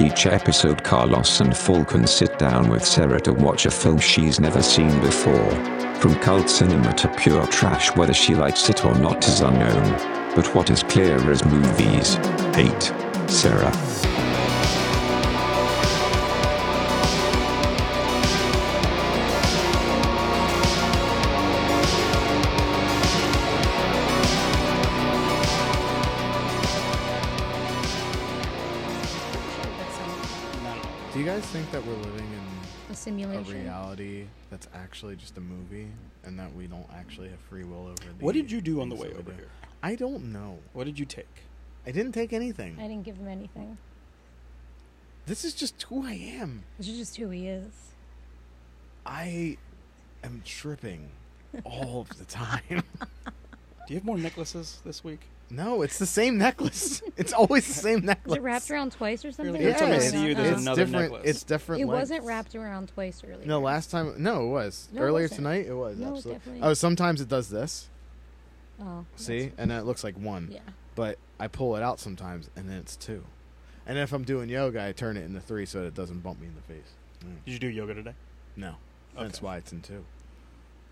Each episode, Carlos and Falcon sit down with Sarah to watch a film she's never seen before. From cult cinema to pure trash, whether she likes it or not is unknown. But what is clear is movies hate Sarah. Do you guys think that we're living in A a simulation. reality that's actually just a movie and that we don't actually have free will over the What did you do on the things way that we over do? here? I don't know. What did you take? I didn't take anything. I didn't give him anything. This is just who I am. This is just who he is. I am tripping all of the time. Do you have more necklaces this week? no, it's the same necklace. It's always the same necklace. Is it wrapped around twice or something? like, What's every time I going see on? you, Oh. there's it's another different. necklace. It's different. It wasn't lengths. wrapped around twice earlier. No, last time. No, it was No, it earlier wasn't. tonight. It was No, it absolutely. definitely- Oh, sometimes it does this. Oh, See, that's- and then it looks like one. Yeah. but I pull it out sometimes, and then it's two. And if I'm doing yoga, I turn it into three so that it doesn't bump me in the face. Mm. Did you do yoga today? No, that's Okay. why it's in two.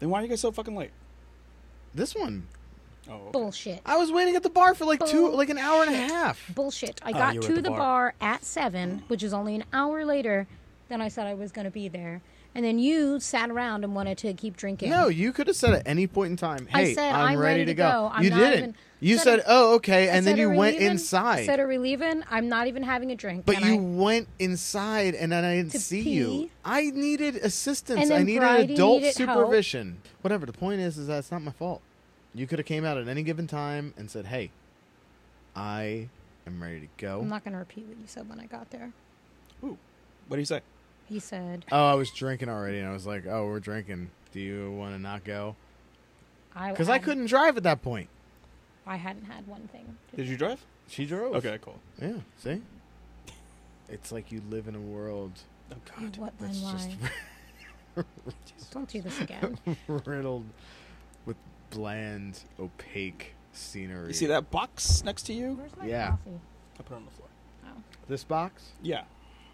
Then why are you guys so fucking late? This one, Oh, okay. Bullshit. I was waiting at the bar for like Oh, two, like an hour and a half. Bullshit. I Oh, got you were to at the, the bar. bar. at seven, which is only an hour later than I said I was going to be there. And then you sat around and wanted to keep drinking. No, you could have said at any point in time, I "Hey, said, I'm, ready, to go." I'm you not didn't. even- you said, said, "Oh, okay," I and then said, you "Are we went leaving?" I inside. said, "Are we leaving? I'm not even having a drink." but and you I- went inside, and then I didn't To see pee. you. I needed assistance. And I then needed Bridie adult needed help. supervision. Whatever. The point is, is that it's not my fault. You could have came out at any given time and said, "Hey, I am ready to go." I'm not going to repeat what you said when I got there. Ooh. What do you say? He said, oh, I was drinking already, and I was like, "Oh, we're drinking. Do you want to not go?" "I Because I hadn't- couldn't drive at that point. I hadn't had one thing." Did you drive? She drove. Oh. Okay, cool. Yeah. See. It's like you live in a world Oh You god. what that's line lie? Don't do this again. just riddled with bland, opaque scenery. You see that box next to you? Where's my Yeah. coffee? I put it on the floor. Oh, This box. Yeah.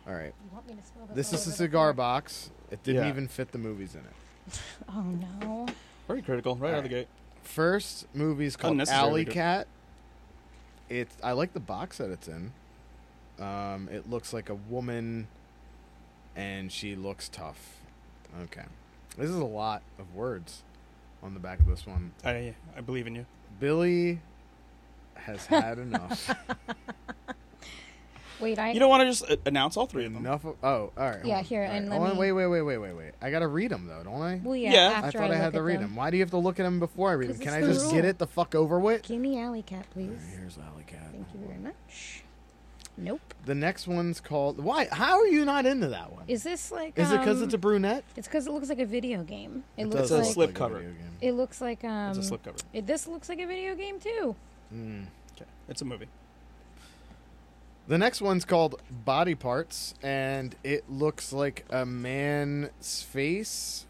All right. you want me to spill This all is a over the cigar floor? box. It didn't Yeah. even fit the movies in it. Oh no. Very critical, right out of the gate. First movie's called Unnecessary Alley to- Cat. It's I like the box that it's in. Um, it looks like a woman, and she looks tough. Okay, this is a lot of words on the back of this one. I I believe in you. Billy has had enough. Wait, I You don't want to just uh, announce all three of them. enough. Of, oh, all right. hold Yeah, on. here, All and let hold on, me- Wait, wait, wait, wait, wait, wait. I gotta read them though, don't I? Well, yeah, Yeah. I I after thought I, look had to at read them. them. Why do you have to look at them before I read 'Cause them? Can I it's the just rule. get it the fuck over with? Give me alley cat, please. Here's Alley Cat. Thank you very much. Nope. The next one's called. Why? How are you not into that one? Is this like? Is it because um, it's a brunette? It's because it looks like a video game. It, It looks does like It's a slip cover. video game. it looks like um. It's a slipcover. it- this looks like a video game too. Okay. It's a movie. Hmm. The next one's called Body Parts, and it looks like a man's face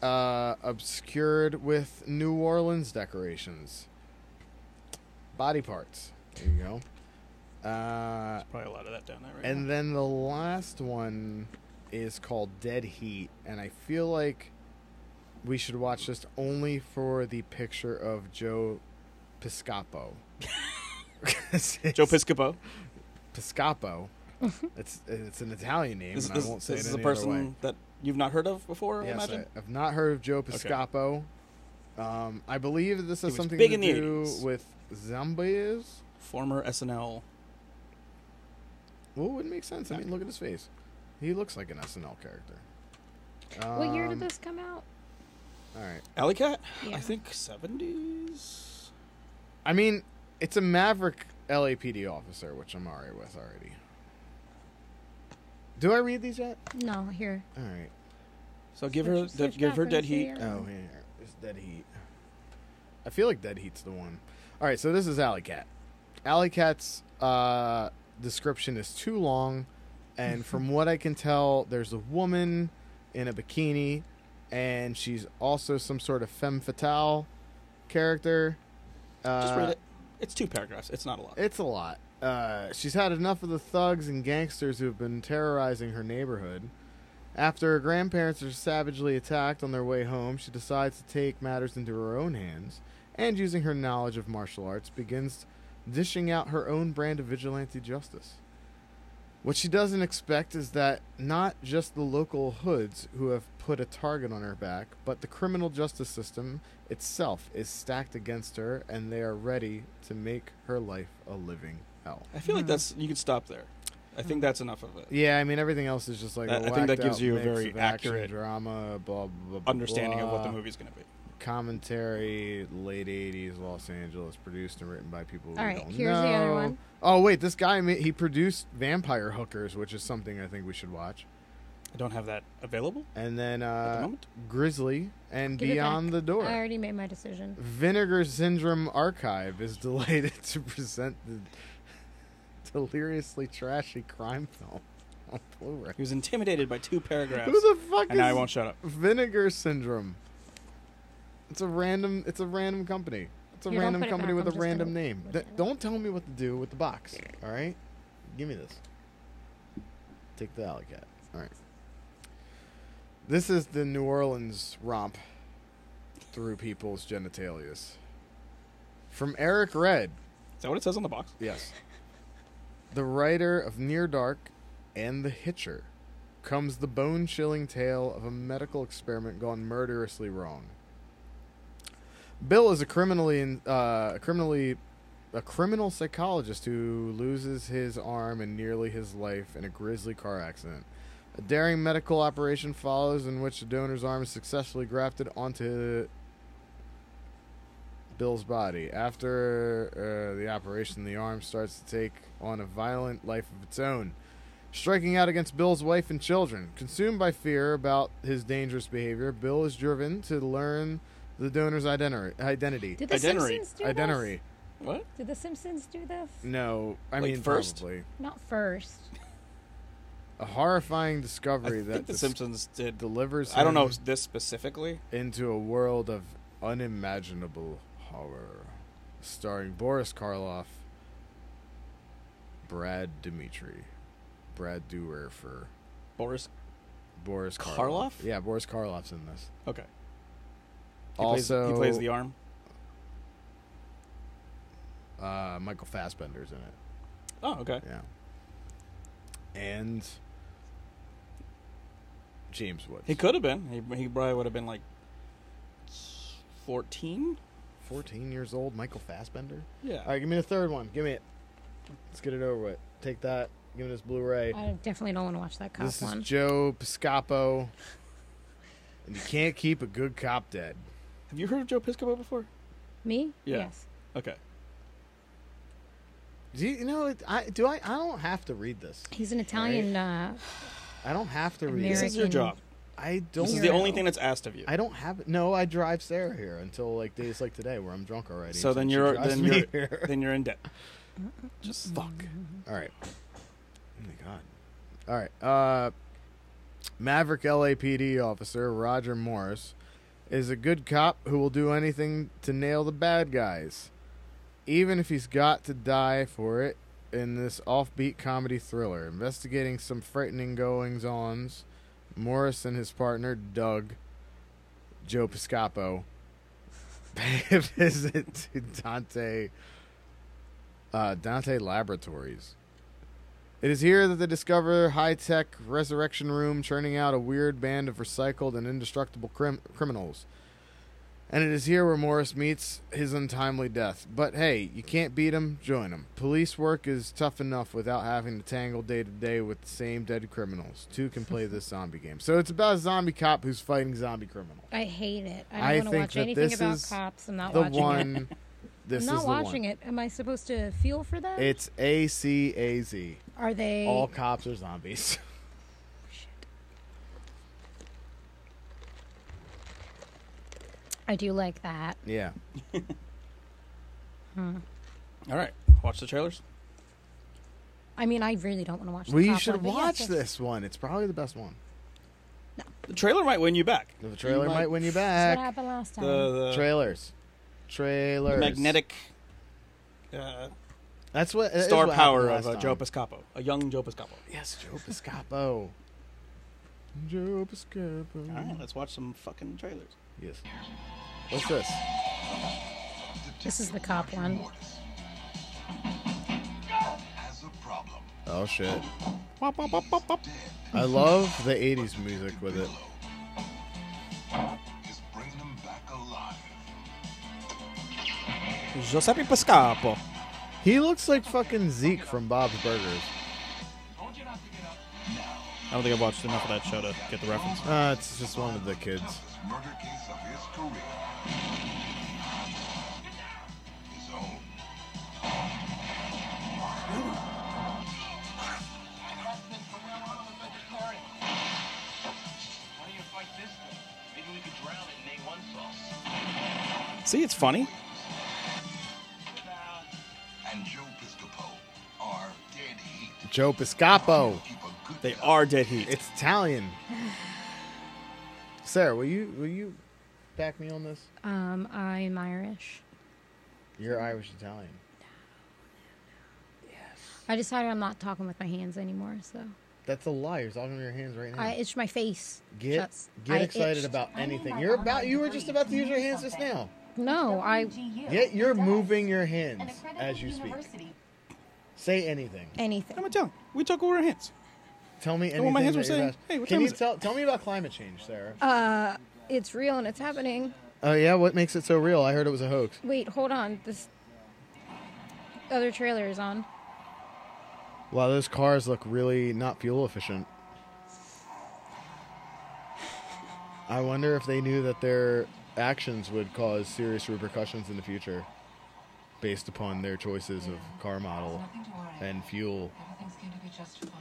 uh, obscured with New Orleans decorations. Body Parts. There you go. Uh, Probably a lot of that down there right And now. then the last one is called Dead Heat, and I feel like we should watch this only for the picture of Joe Piscopo. Joe Piscopo. Piscopo. It's it's an Italian name, This, and this, I won't say this it is any a other way. person that you've not heard of before, I Yes, imagine. I, have not heard of Joe Piscopo. Um, I believe that this has was something big to in the do 80s. with zombies. Former SNL. Well, it would make sense. I mean, look at his face. He looks like an SNL character. what year did Um, this come out? All right. Alley Cat? Yeah. I think 70s. I mean, it's a Maverick LAPD officer, which I'm alright with already. Do I read these yet? No, here. All right. So give Switch- her the, switch give her background dead to heat. the Oh, yeah. It's Dead Heat. I feel like Dead Heat's the one. All right, so this is Alley Cat. Alley Cat's uh, description is too long, and from what I can tell, there's a woman in a bikini, and she's also some sort of femme fatale character. Uh, Just read it. It's two paragraphs. It's not a lot. It's a lot. Uh, she's had enough of the thugs and gangsters who have been terrorizing her neighborhood. After her grandparents are savagely attacked on their way home, she decides to take matters into her own hands and, using her knowledge of martial arts, begins dishing out her own brand of vigilante justice. What she doesn't expect is that not just the local hoods who have put a target on her back, but the criminal justice system itself is stacked against her and they are ready to make her life a living hell. I feel Hmm. like that's you can stop there. I think that's enough of it. Yeah, I mean everything else is just like I- a I think whacked that gives out you mix a very of action, accurate drama, blah, blah, blah, blah, Understanding of what the blah. movie's going to be. commentary, late '80s Los Angeles, produced and written by people. we All right, don't here's the other know. one. Oh wait, this guy ma- he produced Vampire Hookers, which is something I think we should watch. I don't have that available. And then the uh, moment? Grizzly and Give it Beyond the Door. I already made my decision. Vinegar Syndrome Archive is delighted to present the deliriously trashy crime film on Blu-ray. He was intimidated by two paragraphs. Who the fuck and is I won't shut up. Vinegar Syndrome. It's a random. It's a random company. It's a Here, don't random put it company back. with I'm a just gonna random name. look Th- at it. don't tell me what to do with the box. All right, give me this. Take the alley cat. All right. This is the New Orleans romp through people's genitalias. From Eric Red, Is that what it says on the box? Yes. The writer of Near Dark and The Hitcher comes the bone chilling tale of a medical experiment gone murderously wrong. Bill is a criminally in, uh, a criminally a criminal psychologist who loses his arm and nearly his life in a grisly car accident. A daring medical operation follows in which the donor's arm is successfully grafted onto Bill's body. After uh, the operation, the arm starts to take on a violent life of its own, striking out against Bill's wife and children. Consumed by fear about his dangerous behavior, Bill is driven to learn the donor's identi- identity. Did the Identity. Simpsons do Identity. What? this? Did the Simpsons do this? No, I Like mean first? probably Not first. a horrifying I discovery that think The dis- Simpsons did. delivers. I don't know him this specifically. into a world of unimaginable horror, starring Boris Karloff, Brad Dimitri, Brad Dewar for Boris. Boris Karloff. Karloff? Yeah, Boris Karloff's in this. Okay. He plays- also, he plays the arm. uh, Michael Fassbender's in it. Oh, okay. Yeah, and James Woods. He could have been. He, he probably would have been like fourteen. Fourteen years old, Michael Fassbender. Yeah. All right, give me the third one. Give me it. Let's get it over with. Take that. Give me this Blu-ray. I definitely don't want to watch that cop This one. is Joe Piscopo. And you can't keep a good cop dead. have you heard of Joe Piscopo before? Me? Yeah. Yes. Okay. Do you, you know? it- I do. I. I don't have to read this. He's an Italian. Uh, I don't have to read. This It. is your American- job. I don't. This is You're the right. only thing that's asked of you. I don't have. it. No, I drive Sarah here until like days like today where I'm drunk already. so then she you're drives then me you're here. then you're in debt. Just fuck. All right. Oh my god. All right. Uh, Maverick LAPD officer Roger Morris is a good cop who will do anything to nail the bad guys, even if he's got to die for it. In this offbeat comedy thriller, investigating some frightening goings ons, Morris and his partner Doug Joe Piscopo pay a visit to Dante uh, Dante Laboratories. It is here that they discover high tech resurrection room churning out a weird band of recycled and indestructible crim- criminals. And it is here where Morris meets his untimely death. But hey, you can't beat him, join him. Police work is tough enough without having to tangle day to day with the same dead criminals. Two can play this zombie game. So it's about a zombie cop who's fighting zombie criminals. I hate it. I don't I want to think watch that anything this about is cops. I'm not The watching it. one. This I'm not is the watching one. it. Am I supposed to feel for them? It's A C A Z. Are they? All cops are zombies. I do like that. yeah. All right. Watch the trailers. I mean, I really don't want to watch. The We top should one, but yes, watch let's- this one. It's probably the best one. The trailer might win you back. The trailer might- might win you That's what back. happened last time. The, the Trailers, trailers. Uh, magnetic uh, That's what that is star what power happened of uh, last Joe time. Piscopo, a young Joe Piscopo. Yes, Joe Piscopo. Joe Piscopo. All right, let's watch some fucking trailers. Yes. What's this? this is the cop one. Mortis has a problem. Oh shit. I love the '80s music with it. Is bringing him back alive. Giuseppe Piscopo. He looks like fucking Zeke from Bob's Burgers. I don't think I've watched enough of that show to get the reference. Uh, it's just one of the kids. This murder case of his career. His own. Why don't you fight this thing? Maybe we could drown it in A1 sauce. See, it's funny. And Joe Piscopo are dead heat. Joe Piscopo. Keep a good They are dead heat. It's Italian. Sarah, will you will you back me on this? Um, I'm Irish. You're Irish Italian. I decided I'm not talking with my hands anymore, so That's a lie. You're talking to your hands right now. I itched my face. get Shucks. get I excited itched. about anything. You're about you were just about to use your hands just now. No, I Yet you're moving your hands as you speak. Say anything. anything. I'm telling. you, We took over our hands. Tell me anything. what my hands that were you're saying. about- Hey, what Can time you is it? tell tell me about climate change, Sarah? Uh, It's real and it's happening. Oh yeah, what makes it so real? I heard it was a hoax. Wait, hold on. This other trailer is on. Wow, those cars look really not fuel efficient. I wonder if they knew that their actions would cause serious repercussions in the future based upon their choices of car model and fuel. Everything's going to be just fine.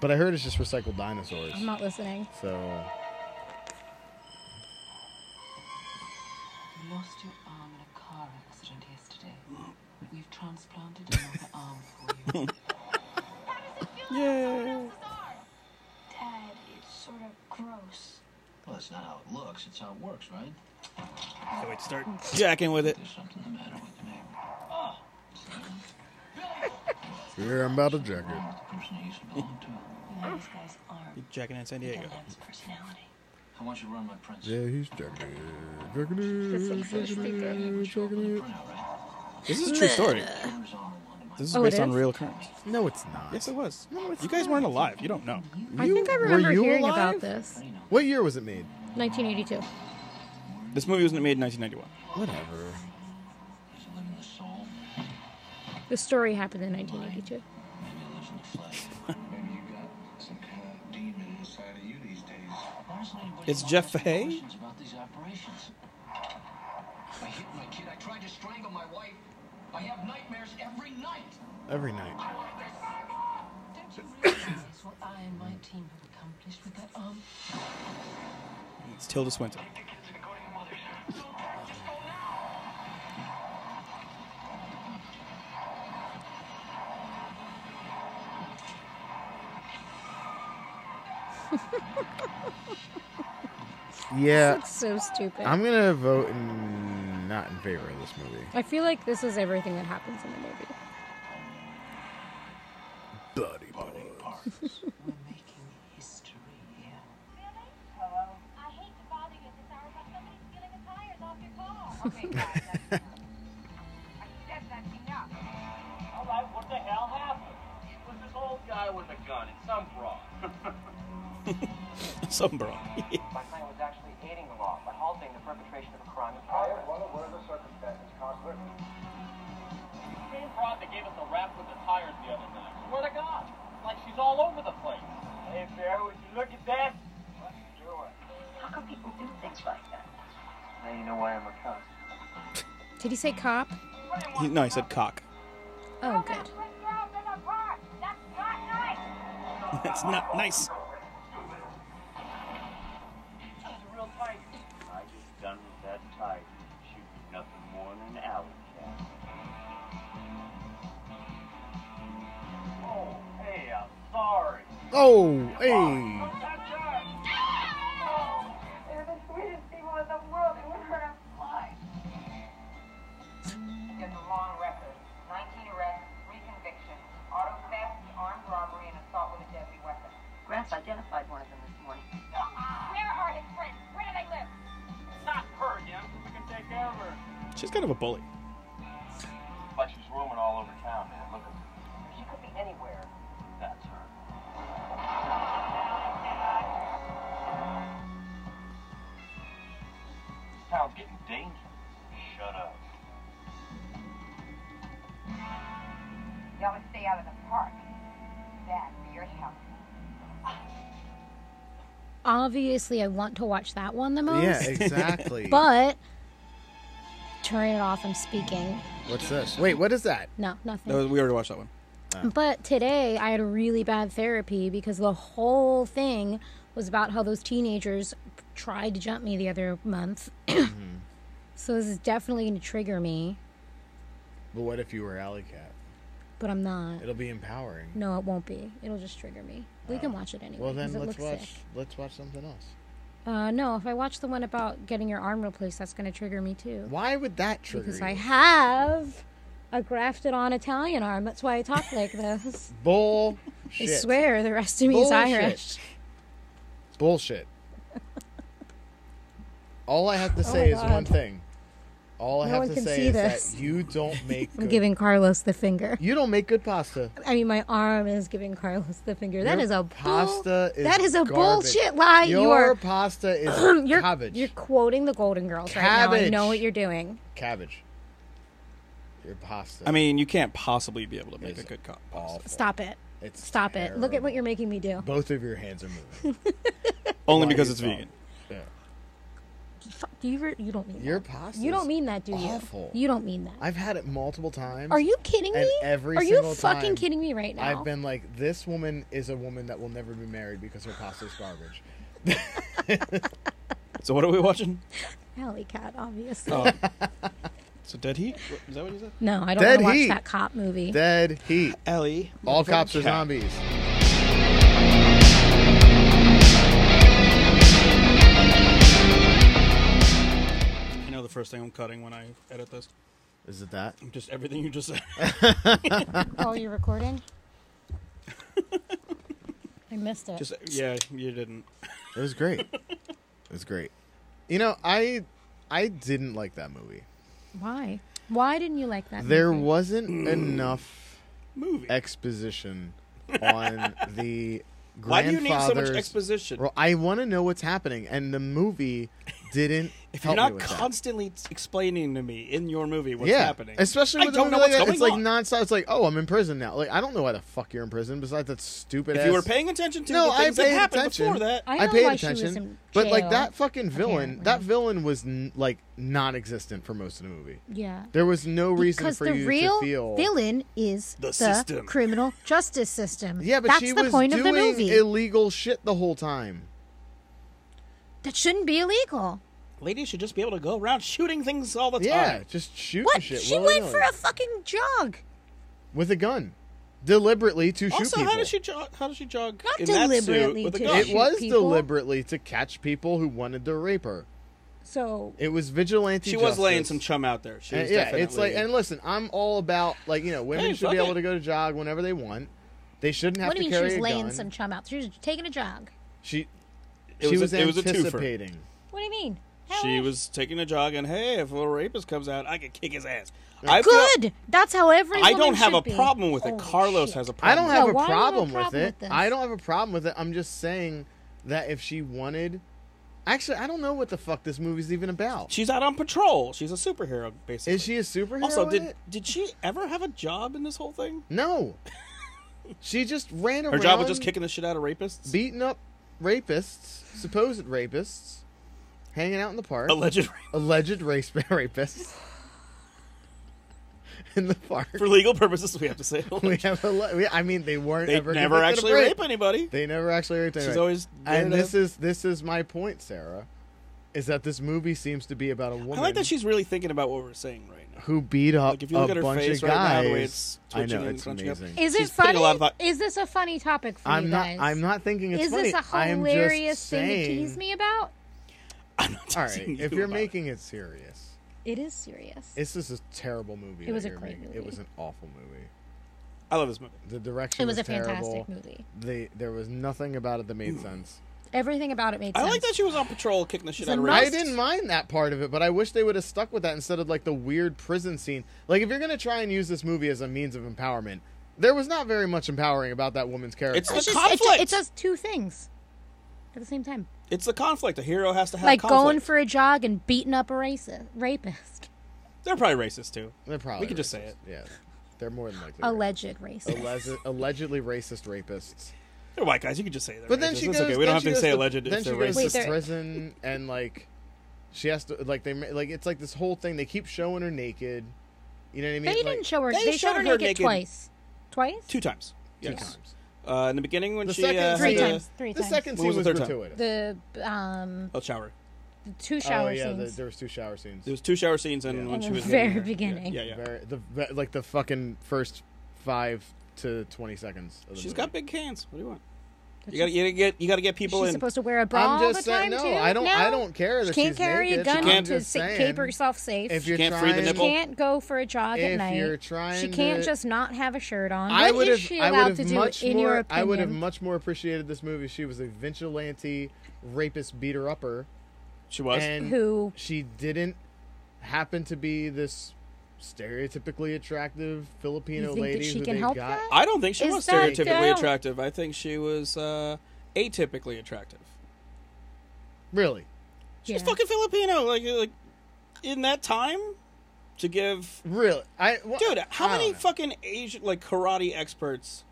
But I heard it's just recycled dinosaurs. I'm not listening. So You lost your arm in a car accident yesterday. We've transplanted another arm for you. Yeah. Dad, it's sort of gross. Well, that's not how it looks. It's how it works, right? Can't wait to start jacking with it. There's something the matter with me. Yeah, I'm about to check it. The person I used to belong to. You know this guy's arm. Jacking in San Diego. And that's personality. I want you to run my prints. Yeah, he's checking it. Checking it. Checking it. Checking it. Printout, right? This is a true story. Horizontal one to my This is Oh, based it on is? real occurrence. No, it's not. Yes, it was. you guys weren't alive. You don't know. I think I were remember you hearing alive? about this. What year was it made? 1982. This movie wasn't made in 1991. Whatever. Does it live in the soul? The story happened in 1982. Maybe it lives in the flesh. Maybe you got some kind of demon inside of you these days. Why does anybody It's bother Jeff asking Fahey? questions about these operations? I hit my kid. I tried to strangle my wife. I have nightmares every night. Every night. Don't you realize what I and my team have accomplished with that arm? It's Tilda Swinton. Yeah, That's so stupid. I'm gonna vote in, not in favor of this movie. I feel like this is everything that happens in the movie. Buddy, buddy. We're making history here. Hello. I hate to bother you at this hour, but somebody's stealing the tires off your car. Okay, guys, that's enough. I said that's enough. All right, what the hell happened? It was this old guy with a gun and some broad. Some bro. My client was actually aiding the law by halting the perpetration of a crime in progress. what are the circumstances, Counselor? Same broad that gave us a rap with the tires the other night. Swear to God, it's like she's all over the place. Hey, Bear, would you look at that? What's she doing? How come people do things like that? Now you know why I'm a cop. Did he say cop? He, no, he said cock. Oh, good. Put girls in the park. That's not nice. That's not nice. I just done with that tiger. Should be nothing more than an alley cat. Oh, hey. They're the sweetest people in the world. They would hurt a fly. It's a long record. 19 arrests, three convictions, auto theft, armed robbery, and assault with a deadly weapon. Grant identified one of them this morning. Where are his friends? Where do they live? Not her, you know, we can take over. She's kind of a bully. Like she's roaming all over town, man. Look at She could be anywhere. That's her. This town's getting dangerous. Shut up. Y'all would stay out of the park. Bad for your health. Obviously, I want to watch that one the most. Yeah, exactly. But turn it off. I'm speaking. What's this? Wait, what is that? No, nothing. That was, we already watched that one. But today I had really bad therapy because the whole thing was about how those teenagers tried to jump me the other month. So this is definitely going to trigger me, But what if you were Alley Cat? but I'm not. It'll be empowering. No, it won't be. It'll just trigger me. We can watch it anyway. Well, then 'cause it let's looks watch. sick. Let's watch something else. Uh, no, if I watch the one about getting your arm replaced, that's going to trigger me too. Why would that trigger? Because you? I have a grafted on Italian arm. That's why I talk like this. Bull. I swear the rest of me is Bullshit. Irish. Bullshit. All I have to say is Oh God. one thing. All I No have one to can say see is this. that you don't make. I'm good- giving Carlos the finger. You don't make good pasta. I mean, my arm is giving Carlos the finger. That Your is a pasta. Bull, is that is a garbage. bullshit lie. Your you are pasta is you're, cabbage. you're quoting the Golden Girls right now. I Cabbage. know what you're doing. Cabbage. Your pasta. I mean, you can't possibly be able to make It's a good cop. awful. Stop it. It's Stop it. Look at what terrible. you're making me do. Both of your hands are moving. Only Why because you it's don't? vegan. Yeah. Fuck, Do you? re- You don't mean Your that. pasta. You don't mean that, do you? awful. You don't mean that. I've had it multiple times. Are you kidding And me? every Are you single fucking time, kidding me right now? I've been like, this woman is a woman that will never be married because her pasta's garbage. So what are we watching? Alley Cat, obviously. Oh. so Dead Heat? Is that what you said? No, I Dead don't want to Heat. watch that cop movie. Dead heat. Ellie. All cops are zombies. You know the first thing I'm cutting when I edit this? Is it that? Just everything you just said. Oh, you're recording? I missed it. just yeah, you didn't. It was great. it was great. You know, I I didn't like that movie. Why? Why didn't you like that? There movie? wasn't enough Movie. exposition on the grandfather's. Why do you need so much exposition? Well, I want to know what's happening, and the movie didn't. if help you're me not with that. constantly t- explaining to me in your movie what's yeah, happening, especially I with a don't movie know like what's that, going it's like on. nonstop. It's like, oh, I'm in prison now. Like, I don't know why the fuck you're in prison. Besides that stupid. if ass... you were paying attention to no, the I things that paid happened attention. before that, I I, know paid why she was attention, in but like jail, that fucking villain, that apparently. villain was n- like non-existent for most of the movie. Yeah. There was no reason because for the you real to feel. villain is The the, system. criminal justice system. yeah, but that's she the was point doing of the movie. illegal shit the whole time. that shouldn't be illegal. ladies should just be able to go around shooting things all the Yeah, time. just shooting What? shit. she willy-nilly. went for a fucking jog. with a gun, deliberately to shoot Also, people. how does she jog? How does she jog Not in that suit deliberately with a to gun? it shoot was people? deliberately to catch people who wanted to rape her. So It was vigilante. she was justice. laying some chum out there. She And was Uh, yeah, definitely, it's like and listen, I'm all about like you know women Hey, should be fuck able it. to go to jog whenever they want. They shouldn't have what do you mean she to was carry a laying gun. some chum out? She was taking a jog. She It she was a- was it was a twofer. anticipating. What do you mean? Hell she yeah. was taking a jog, and hey, if a rapist comes out, I could kick his ass. I feel- good. That's how every. I woman don't have should a be. problem with it. Holy Carlos shit. has a I problem. don't Yeah, have a why do you have a problem with problem it. with this? I don't have a problem with it. I'm just saying that if she wanted, actually, I don't know what the fuck this movie's even about. She's out on patrol. She's a superhero, basically. Is she a superhero? Also, in did it? did she ever have a job in this whole thing? no? she just ran around. Her job was just kicking the shit out of rapists, beating up rapists, supposed rapists, hanging out in the park. alleged rapists alleged race rapists in the park. for legal purposes. We have to say We have a. le- we- I mean, they weren't they ever never convicted of actually rape anybody. They never actually raped anybody. always there and to- this is this is my point, Sarah. is that this movie seems to be about a woman I like that she's really thinking about what we're saying right now. who beat up Like if you a look at her bunch face of right now, guys. the way it's I twitching know and it's crunching up. amazing. Is it She's putting funny? a lot of thought- Is this a funny topic for I'm you not. guys? I'm not thinking it's Is funny. this a I'm just hilarious thing to saying, tease me about? I'm not All teasing right, if you you're about making it serious, It is serious. this is a terrible movie. It that was a you're great making. It movie. was an awful movie. it. I love this movie. The direction it was, a terrible. fantastic movie. They, there was nothing about it that made sense. Everything about it made I sense. like that she was on patrol kicking the It's shit a out of nice- I rapists. didn't mind that part of it, but I wish they would have stuck with that instead of like the weird prison scene. Like, if you're gonna try and use this movie as a means of empowerment, there was not very much empowering about that woman's character. It's It's the just- it- conflict. It, does two things at the same time, It's the conflict. A hero has to have like conflict. going for a jog and beating up a racist, rapist, They're probably racist too. They're probably We could racist. just say it. Yeah, they're more than likely alleged racist. racist. Alleged- allegedly racist rapists. They're white guys. You could just say that. But then racist. she It's goes. okay. We then don't have she to goes say alleged if Then she they're goes racist. Wait, to they're- prison and like, she has to like they ma- like it's like this whole thing. They keep showing her naked. You know what I mean? They Like, didn't show her. they They, showed showed her her naked, naked- twice. Twice. two times. two Yes. times. Uh, in the beginning when The she second uh, Three had the- times. Three The times. second What scene was was, the third time? gratuitous. The um oh shower. the two shower oh yeah, scenes. The, there was two shower scenes. There was two shower scenes and Yeah. when In she the was very getting her- beginning. Yeah, yeah. yeah. Very- the ve- like the fucking first five to twenty seconds. Of the She's movie. got big hands. What do you want? You gotta, you gotta get you gotta get people She's in. supposed to wear a bra I'm just all the saying. time No, too. I don't. No? I don't care She that can't she's carry naked. a gun I'm can't to just sa- saying, keep herself safe. If you're She can't trying, free the she nipple. can't go for a jog If at night. you're trying she can't to- just not have a shirt on. I what would is have. she I would allowed to have do? much in your more. opinion, I would have much more appreciated this movie. if She was a vigilante, rapist, beater upper, She was. and who she didn't happen to be this stereotypically attractive Filipino You think that lady she who can they help got. that? I don't think she Is was that stereotypically dumb? attractive. I think she was uh, atypically attractive. Really? She's Yeah. fucking Filipino. Like like in that time to give Really? I well, Dude, how I don't many know. fucking Asian like karate experts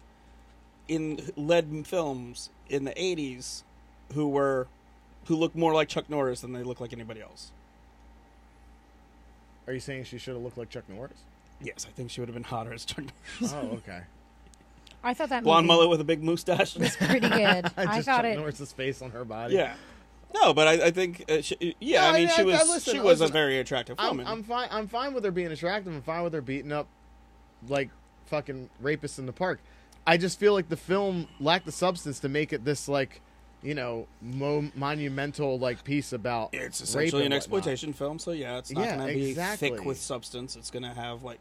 in led in films in the eighties who were who looked more like Chuck Norris than they look like anybody else? Are you saying she should have looked like Chuck Norris? Yes, I think she would have been hotter as Chuck Norris. Oh, okay. I thought that Blonde movie mullet with a big mustache. was pretty good. I Just thought Chuck it. Norris's face on her body. yeah. No, but I, I think uh, she, yeah. No, I mean, I- she I- was I- listen, she was a listen, very attractive I'm, woman. I'm fine. I'm fine with her being attractive. I'm fine with her beating up like rapists in the park. I just feel like the film lacked the substance to make it this like, you know, mo- monumental like piece about it's rape essentially an and whatnot. exploitation film, so yeah, it's not Yeah, going to be exactly. thick with substance. It's going to have like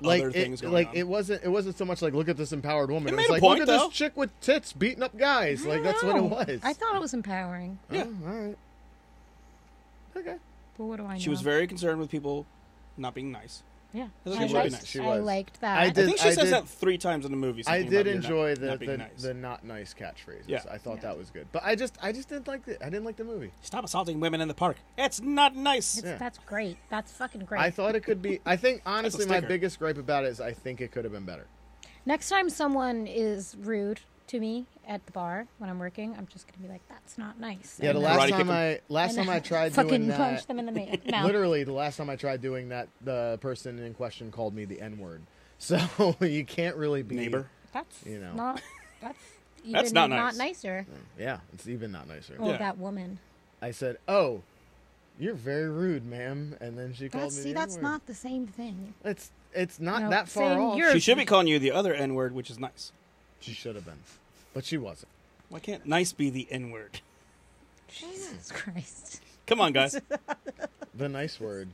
Like other it, things going like on. it wasn't. It wasn't so much like look at this empowered woman. It It, made was a like point, look at though. this chick with tits beating up guys. Like that's what it No, was. I thought it was empowering, Oh, Yeah. all right. Okay. but what do I know? she was very concerned with people not being nice. yeah. She I was liked, nice. She I was. liked that. I I did- think she says did- that three times in the movie. I something did about you're not- enjoy the not being the, nice. the not nice catchphrases. Yeah. I thought that was good, but I just I just didn't like the I didn't like the movie. Stop assaulting women in the park. It's not nice. It's- That's great. That's fucking great. I thought it could be. I think honestly, my sticker. biggest gripe about it is I think it could have been better. Next time someone is rude to me at the bar when I'm working, I'm just gonna be like, "That's not nice." Yeah, the And Karate last kick time 'em. I last then- time I tried fucking doing punch that, them in the ma- mouth. literally the last time I tried doing that, the person in question called me the N word. So you can't really be Neighbor. That's you know. not. That's even That's not not, nice. nicer. Yeah, it's even not nicer. Oh, Yeah. that woman. I said, "Oh, you're very rude, ma'am," and then she called That's me. see, the that's N-word. not the same thing. It's it's not No, that far saying off. you're- She should be calling you the other N word, which is nice. She should have been, but she wasn't. Why can't nice be the N word? Jesus Christ. Come on, guys. The nice word.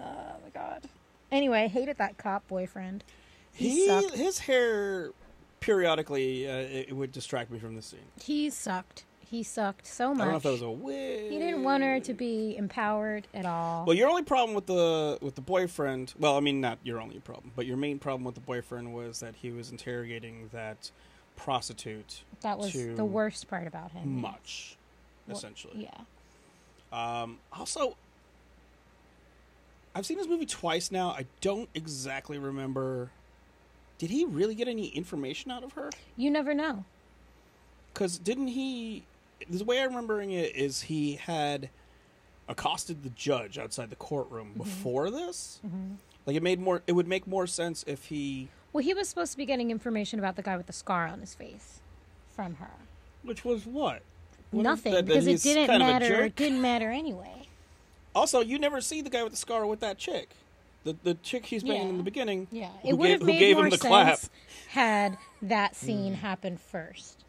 Oh my God. Anyway, I hated that cop boyfriend. He, he sucked. his hair periodically uh, it, it would distract me from the scene. He sucked. He sucked so much. I don't know if that was a wig. He didn't want her to be empowered at all. Well, your only problem with the with the boyfriend, well, I mean not your only problem, but your main problem with the boyfriend was that he was interrogating that prostitute. that was too the worst part about him. Much, essentially. Yeah. Um, also, I've seen this movie twice now. I don't exactly remember. Did he really get any information out of her? You never know. Because didn't he? The way I'm remembering it is he had accosted the judge outside the courtroom Mm-hmm. before this. Like it made more. It would make more sense if he, Well, he was supposed to be getting information about the guy with the scar on his face from her. which was what nothing that- that because it he's didn't kind of a matter. It jerk? didn't matter anyway. Also, you never see the guy with the scar with that chick. The the chick he's banging Yeah. in the beginning. Yeah, who it would gave- have who made gave more him the sense clap. Hmm. had that scene happened first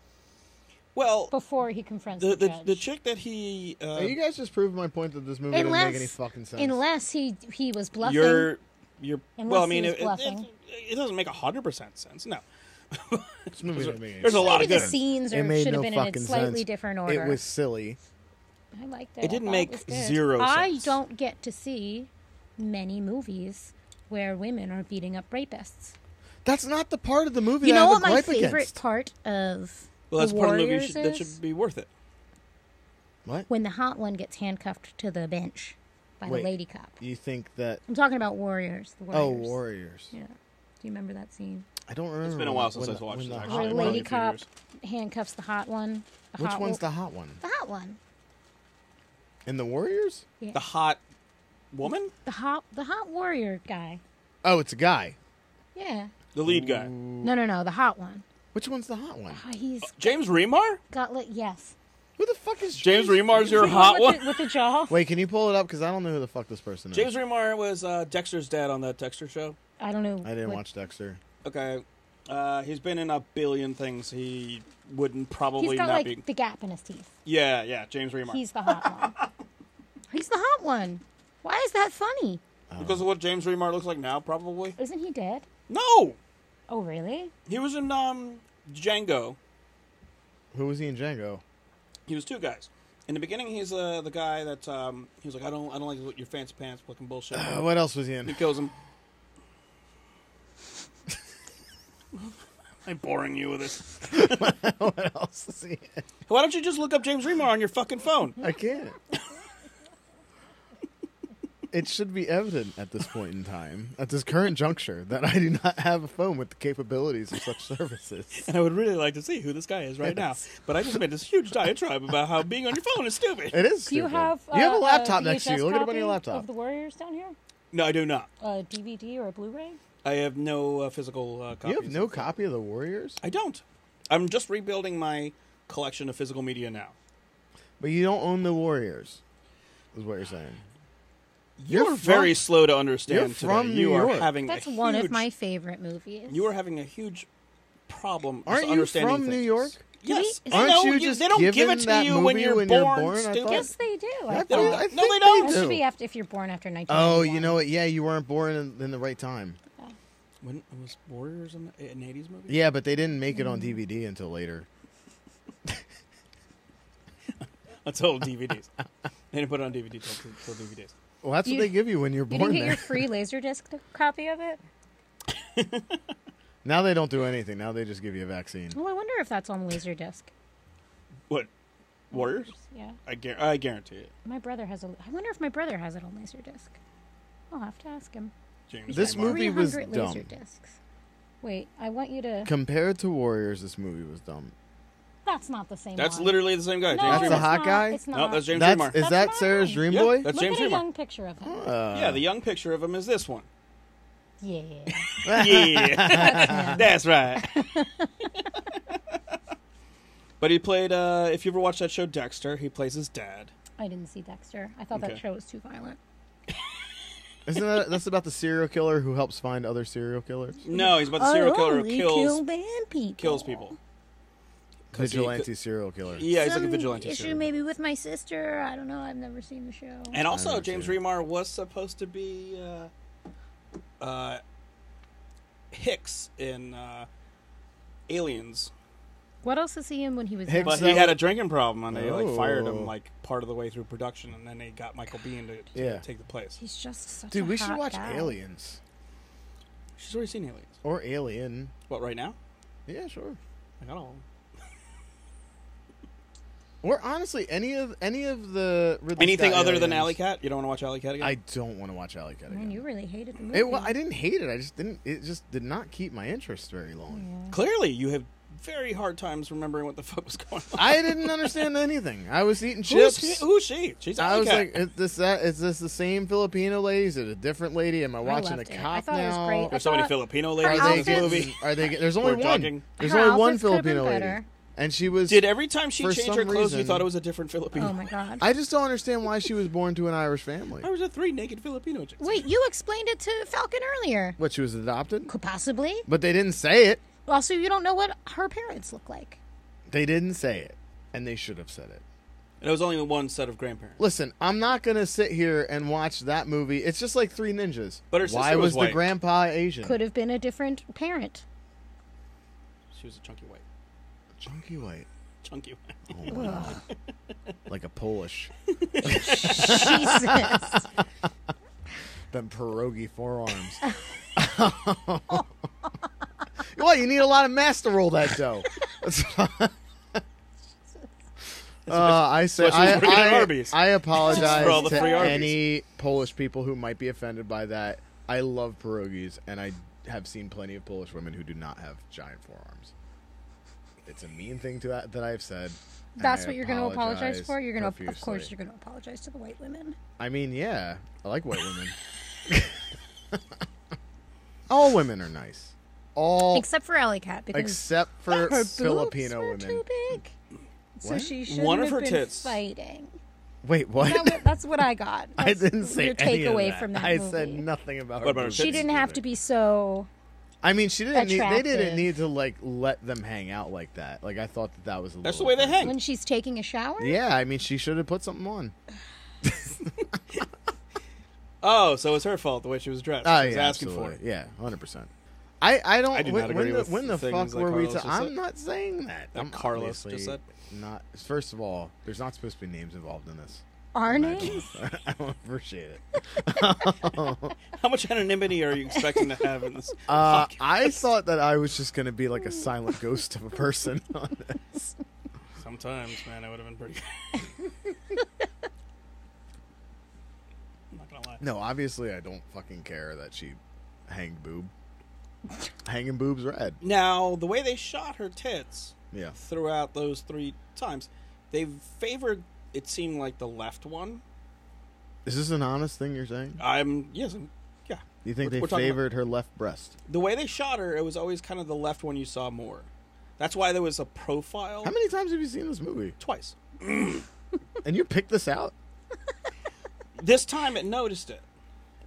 Well, before he confronts the, the, the judge. the chick that he uh, Hey, you guys just proved my point that this movie doesn't make any unless fucking sense. unless he he was bluffing. you're you're well. I Unless mean, he it, was it, it, bluffing. it doesn't make hundred percent sense. No, this movie doesn't make any there's a sense. lot Maybe of the good. scenes It are, made should no have been in a fucking slightly sense. different order. It was silly. I liked it. It I didn't thought make was good. zero I sense. don't get to see many movies where women are beating up rapists. That's not the part of the movie You that know I what have a my gripe favorite against. part of Well, that's the part of the movie Warriors should, that is? should be worth it. What? when the hot one gets handcuffed to the bench by Wait. the lady cop. You think that? I'm talking about Warriors. The Warriors. Oh, Warriors. Yeah. Do you remember that scene? I don't remember. It's been a when- while since when I've the- watched when it, the actually. hot Where the one- Probably a lady few cop years. handcuffs the hot one. The Which hot one's wo- the hot one? the hot one? In the Warriors? Yeah. The hot woman, The hot the hot warrior guy. Oh, it's a guy. Yeah. the lead guy, No, no, no. The hot one. Which one's the hot one? Ah, he's James Remar. got lit. Yes. Who the fuck is James Remar's your hot with one. The, with the jaw. Wait, can you pull it up? Because I don't know who the fuck this person is. James Remar was uh, Dexter's dad on that Dexter show. I don't know. I didn't what- watch Dexter. Okay, uh, he's been in a billion things. He wouldn't probably He's got not like be. the gap in his teeth. Yeah, yeah, James Remar. He's the hot one. he's the hot one. Why is that funny? Because of what James Remar looks like now, probably. Isn't he dead? No, Oh, really? he was in um, Django. Who was he in Django? He was two guys. In the beginning, he's uh, the guy that um, he was like, I don't, I don't like your fancy pants, fucking bullshit. Uh, what else was he He in? kills him. I'm boring you with this. what else was he in? Why don't you just look up James Remar on your fucking phone? I can't. it should be evident at this point in time, at this current juncture, that I do not have a phone with the capabilities of such services. And I would really like to see who this guy is right now. But I just made this huge diatribe about how being on your phone is stupid. It is. Do you stupid. have you have uh, a laptop a next to VHS you. Look at it on copy your laptop. of the Warriors down here. No, I do not. A DVD or a Blu-ray? I have no uh, physical uh, you copies. have no copy of the Warriors, I don't. I'm just rebuilding my collection of physical media now. but you don't own the Warriors. Is what you're saying? You're, You're very from- slow to understand you're today. from you New are York. having That's a one of huge- my favorite movies. You are having a huge problem. Aren't just you understanding from New things. York? Yes. Did we- Aren't No, you just They don't give given it to that you when movie you're when you're born. born? I stupid. thought- Yes, they do. I I thought. thought- No, I they think don't. That they should be do. after if you're born after 1991. Oh, you know what? Yeah, you weren't born in, in the right time. When it was Warriors an an '80s movie? Yeah, but they didn't make it on DVD until later. Until DVDs. they didn't put it on DVD until, until DVDs. Well, that's You- what they give you when you're You born didn't get there. your free Laserdisc copy of it? Now they don't do anything. Now they just give you a vaccine. Well, Oh, I wonder if that's on Laserdisc. What? Warriors? Yeah. I, guar- I guarantee it. My brother has a. I wonder if my brother has it on Laserdisc. I'll have to ask him. James This Remar. movie- was 300 dumb. Laserdiscs. Wait, I want you to. Compared to Warriors, this movie was dumb. That's not the same. That's one. literally the same guy. No, James That's the it's a Remar. hot not, guy? It's No, not. that's James That's Remar. is that mine. Sarah's dream Yeah, boy? that's- Look James at a Remar. young picture of him. Uh, yeah, the young picture of him is this one. Yeah. Yeah, that's right. but he played. Uh, if you ever watched that show Dexter, he plays his dad. I didn't see Dexter. I thought that Okay. show was too violent. isn't that that's about the serial killer who helps find other serial killers? No, he's about the serial killer who only kills kill band people. kills people. 'Cause he- Vigilante serial killer. Yeah, he's like Some a vigilante. issue serial killer. maybe with my sister. I don't know. I've never seen the show. And I also, haven't James seen Remar was supposed to be uh, uh, Hicks in uh, Aliens, What else is he in when he was Hicks- young? but So- he had a drinking problem, and they like fired Oh. him like part of the way through production, and then they got Michael Biehn to, to Yeah. take the place. He's just such a Dude, we hot should watch guy. Aliens She's already seen Aliens. or Alien. What right now? Yeah, sure. I got all. of them. Or honestly, any of any of the Ridley Anything Scott other than Alley Aliens. Cat? You don't want to watch Alley Cat again? I don't want to watch Alley Cat Man, you again. really hated the movie. It, well, I didn't hate it. I just didn't. It just did not keep my interest very long. Clearly, you have very hard times remembering what the fuck was going on. I didn't understand anything. I was eating Who's chips. she? Who's she? She's Alley I was Cat. like, is this that? Is this the same Filipino lady? Is it a different lady? Am I watching a loved it. I cop thought it was now? great. There's so many thought Filipino her Are ladies in they this outfits- getting, movie. Are they? get- There's only We're one. jogging. There's Her only one outfits could've been Filipino lady. better. And she was. Did every time she For changed some her clothes, you reason- thought it was a different Filipino? Oh my god. I just don't understand why she was born to an Irish family. I was a three naked Filipino chicks. Wait, you explained it to Falcon earlier. What, she was adopted? Could possibly. But they didn't say it. Also, you don't know what her parents look like. They didn't say it. And they should have said it. And it was only one set of grandparents. Listen, I'm not going to sit here and watch that movie. It's just like Three Ninjas. But her why sister was was, the white. grandpa Asian? Could have been a different parent. She was a chunky white. Chunky white. Oh, Chunky white. Ugh. Like a Polish. Jesus. Them pierogi forearms. well, you need a lot of mass to roll that dough. uh, I say That's why I, she's working at I- Arby's. I apologize For all the to free Arby's. any Polish people who might be offended by that. I love pierogies, and I have seen plenty of Polish women who do not have giant forearms. It's a mean thing to that, that I've said. and That's I what you're going to apologize for. You're going to, of profusely. course, you're going to apologize to the white women. I mean, yeah, I like white women. All women are nice. All except, Except for Alley Cat because for her Filipino boobs were too women. big. So What? she should One of have her been tits. fighting. Wait, what? That wa- that's what I got. I That's didn't say your any of takeaway that. from that I movie. said nothing about What her about her boobs. tits? She didn't have to be so. I mean, she didn't. Need, they didn't attractive. need to like let them hang out like that. Like I thought that that was. A That's little the way they offensive. When she's taking a shower, Yeah, I mean, she should have put something on. Oh, so it's her fault the way she was dressed. Oh she was yeah, asking absolutely. for it. Yeah, hundred percent. I, I don't. I do when, not when agree the, with when the the fuck things that were we? Carlos ta- just I'm said. not saying that. That I'm Carlos just obviously said. Not first of all, there's not supposed to be names involved in this. our I names. don't, I don't appreciate it. How much anonymity are you expecting to have in this? Uh, podcast? I thought that I was just gonna be like a silent ghost of a person on this. Sometimes, man, I would have been pretty. I'm not gonna lie. No, obviously I don't fucking care that she hanged boob. Hanging boobs red. Now, the way they shot her tits Yeah. throughout those three times, they favored. It seemed like the left one. Is this an honest thing you're saying? I'm yes, I'm- yeah. You think We're- they we're talking about- favored her left breast? the way they shot her, it was always kind of the left one you saw more. That's why there was a profile. How many times have you seen this movie? Twice. And you picked this out? This time it noticed it,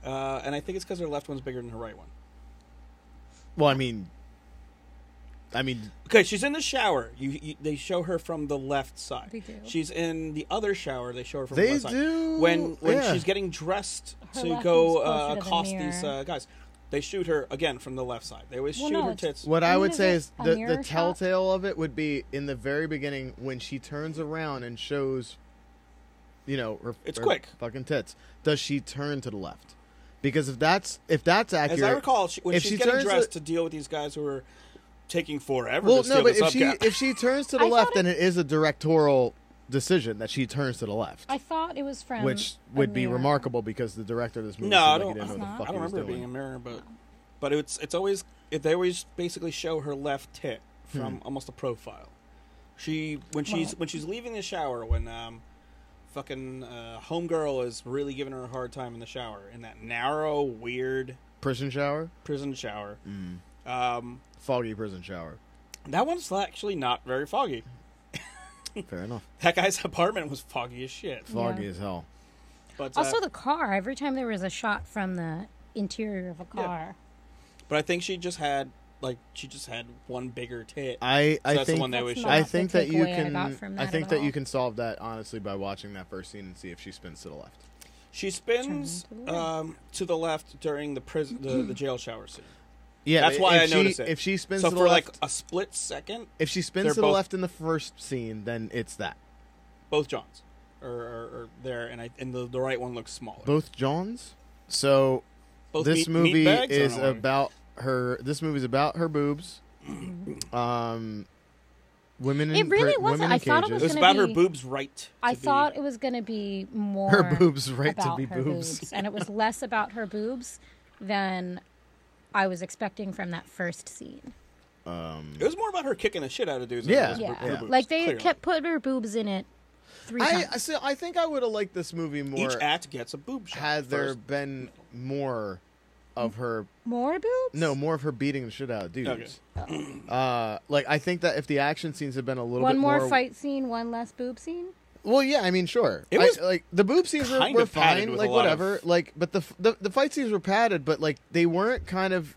uh, and I think it's because her left one's bigger than her right one. Well, I mean, I mean, Okay, she's in the shower. You, you they show her from the left side. They do. She's in the other shower. They show her from They the left side. do, When when yeah. she's getting dressed Her to left go one's uh, closer to the accost these mirror. uh, guys, they shoot her again from the left side. They always Well, shoot no, her it's- tits. what I Isn't would it say a- is a the, mirror the shot? telltale of it would be in the very beginning when she turns around and shows, you know, her, It's her quick. fucking tits. Does she turn to the left? Because if that's if that's accurate, As I recall, she, when if she's she getting turns dressed to, to deal with these guys who are taking forever well, to no, steal but this if she upcap. if she turns to the I thought left, then it is a directorial decision that she turns to the left, I thought it was from which a would be mirror. remarkable because the director of this movie no, I seemed like don't. he I didn't don't, Uh-huh. know what the fuck I don't he was remember it doing. being a mirror, but but it's it's always it, they always basically show her left tit from Hmm. almost a profile. She when she's Well- when she's leaving the shower when um fucking uh, homegirl is really giving her a hard time in the shower in that narrow weird prison shower, prison shower. Mm. Um, foggy prison shower. that one's actually not very foggy. Fair enough. That guy's apartment was foggy as shit. Foggy Yeah. as hell. But uh, Also, the car. Every time there was a shot from the interior of a car. but I think she just had like she just had one bigger tit. I I that's the think one they always That's show. not I the think that you takeaway I can I, got from that think at that all. you can solve that honestly by watching that first scene and see if she spins to the left. She spins Turn to the left. um, to the left during the prison, the, the jail shower scene. Yeah, That's i- why if I she, noticed it. If she spins so to the for left, like a split second, if she spins they're to the both- left in the first scene, then it's that. both Johns are, are, are there, and I and the, the right one looks smaller. Both Johns. So Both this meat- movie meat bags? I don't is know. about her. This movie is about her boobs. um, women. In, It really pri- wasn't. Women I in thought it It cages. was was gonna about her be- boobs, right? to I be- thought it was going to be more her boobs right to about be her boobs. and it was less about her boobs than I was expecting from that first scene. it was more about her kicking the shit out of dudes. than Yeah. it was Yeah, her boobs, like they clearly. kept putting her boobs in it three I times. I- so I think I would have liked this movie more each act gets a boob shot. had there First- been more of her More boobs? no more of her beating the shit out of dudes. Okay. Uh, like I think that if the action scenes had been a little One bit more, more fight scene, one less boob scene. Well, yeah, I mean, sure. It I- was like the boob scenes were, kind were of padded fine, with like a lot whatever. of- Like, but the, f- the the fight scenes were padded, but like they weren't kind of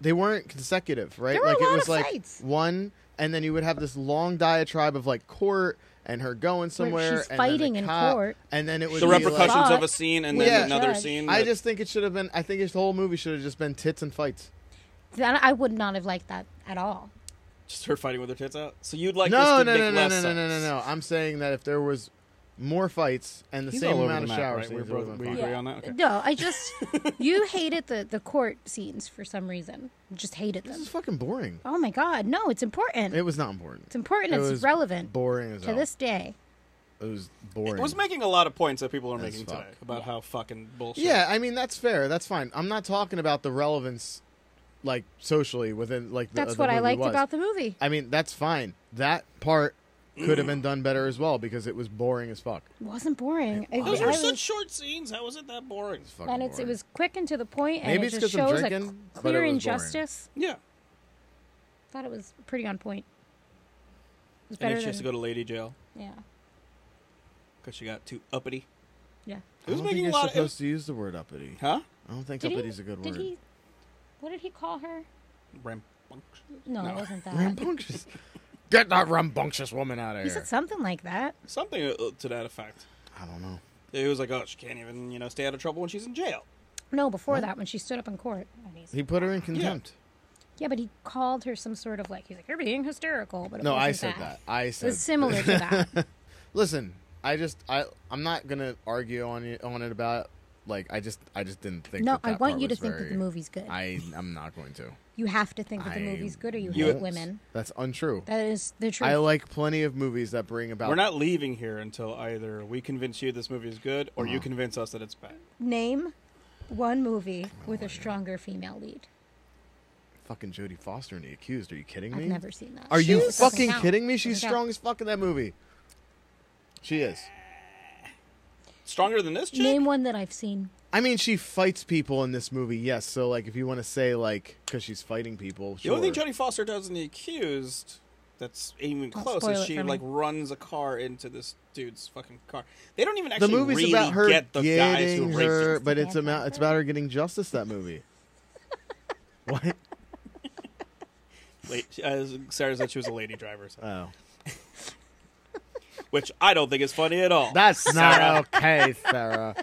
they weren't consecutive, right? There were a like lot it was of like fights. one, and then you would have this long diatribe of like court and her going somewhere she's and then fighting the in cop, court. and then it would the be repercussions Like, But- of a scene and then Yeah. another Judge. scene. I that- just think it should have been. I think this whole movie should have just been tits and fights. That I would not have liked that at all. just her fighting with her tits out. So you'd like no, this to no, make no, no, less no, no, no, no, sense. no. I'm saying that if there was more fights and the He's same all over amount of the map, shower right? scenes, We're it would've both- been we fine. agree on that? Okay. No, I just you hated the the court scenes for some reason. You Just hated This them. is fucking boring. Oh my god, no, it's important. It was not important. it's important. It It's was relevant Boring as to hell. this day. It was boring. It was making a lot of points that people are As making fuck. today about how fucking bullshit. yeah, I mean that's fair. That's fine. I'm not talking about the relevance, like socially within like. The, That's the what I movie liked was. about the movie. I mean that's fine. That part could have been done better as well because it was boring as fuck. It wasn't boring. Oh, I, Those I were was- such short scenes. How was it that boring? It's fucking and it's, it boring. was quick and to the point, and Maybe it it's just 'cause I'm shows a drinking, cl- but it clear was boring. injustice. Yeah. Thought it was pretty on point. It was And better then she has than to go to lady jail yeah, because she got too uppity. yeah. It was I don't think making a you're lot. Of, it supposed was, to use the word uppity. huh? I don't think Did he? uppity's a good did word. he? What did he call her? Rambunctious. No, it wasn't that. Rambunctious. Get that rambunctious woman out of He here. said something like that. Something uh, to that effect. I don't know. It was like, oh, she can't even, you know, stay out of trouble when she's in jail. No, before that, when she stood up in court, and he's, He put her in contempt. yeah, but he called her some sort of like he's like you're being hysterical. But it No, I wasn't said that. I It said was similar to that. Listen, I just I I'm not gonna argue on it on it about like I just I just didn't think. no, that I that want part you to was think that the very- movie's good. I I'm not going to. you have to think that the I movie's good, or you won't. hate women. That's untrue. That is the truth. I like plenty of movies that bring about. We're not leaving here until either we convince you this movie is good or Uh-huh. you convince us that it's bad. Name one movie with a stronger female lead. fucking Jodie Foster and The Accused. Are you kidding I've me? never seen that. Are you It doesn't fucking count. kidding me? Doesn't She's count. strong as fuck in that movie. She is. Stronger than this chick? Name one that I've seen. I mean, she fights people in this movie. Yes. So like, if you want to say like, because she's fighting people. the Sure. only thing Jodie Foster does in The Accused that's even Don't close spoil is it she for me. like runs a car into this dude's fucking car. They don't even the actually movie's really about her get the guys who getting raped her, her. but it's Yeah. about it's about her getting justice. That movie. what? Wait, she- uh, Sarah said she was a lady driver, so- Oh, which I don't think is funny at all. that's not okay, Sarah.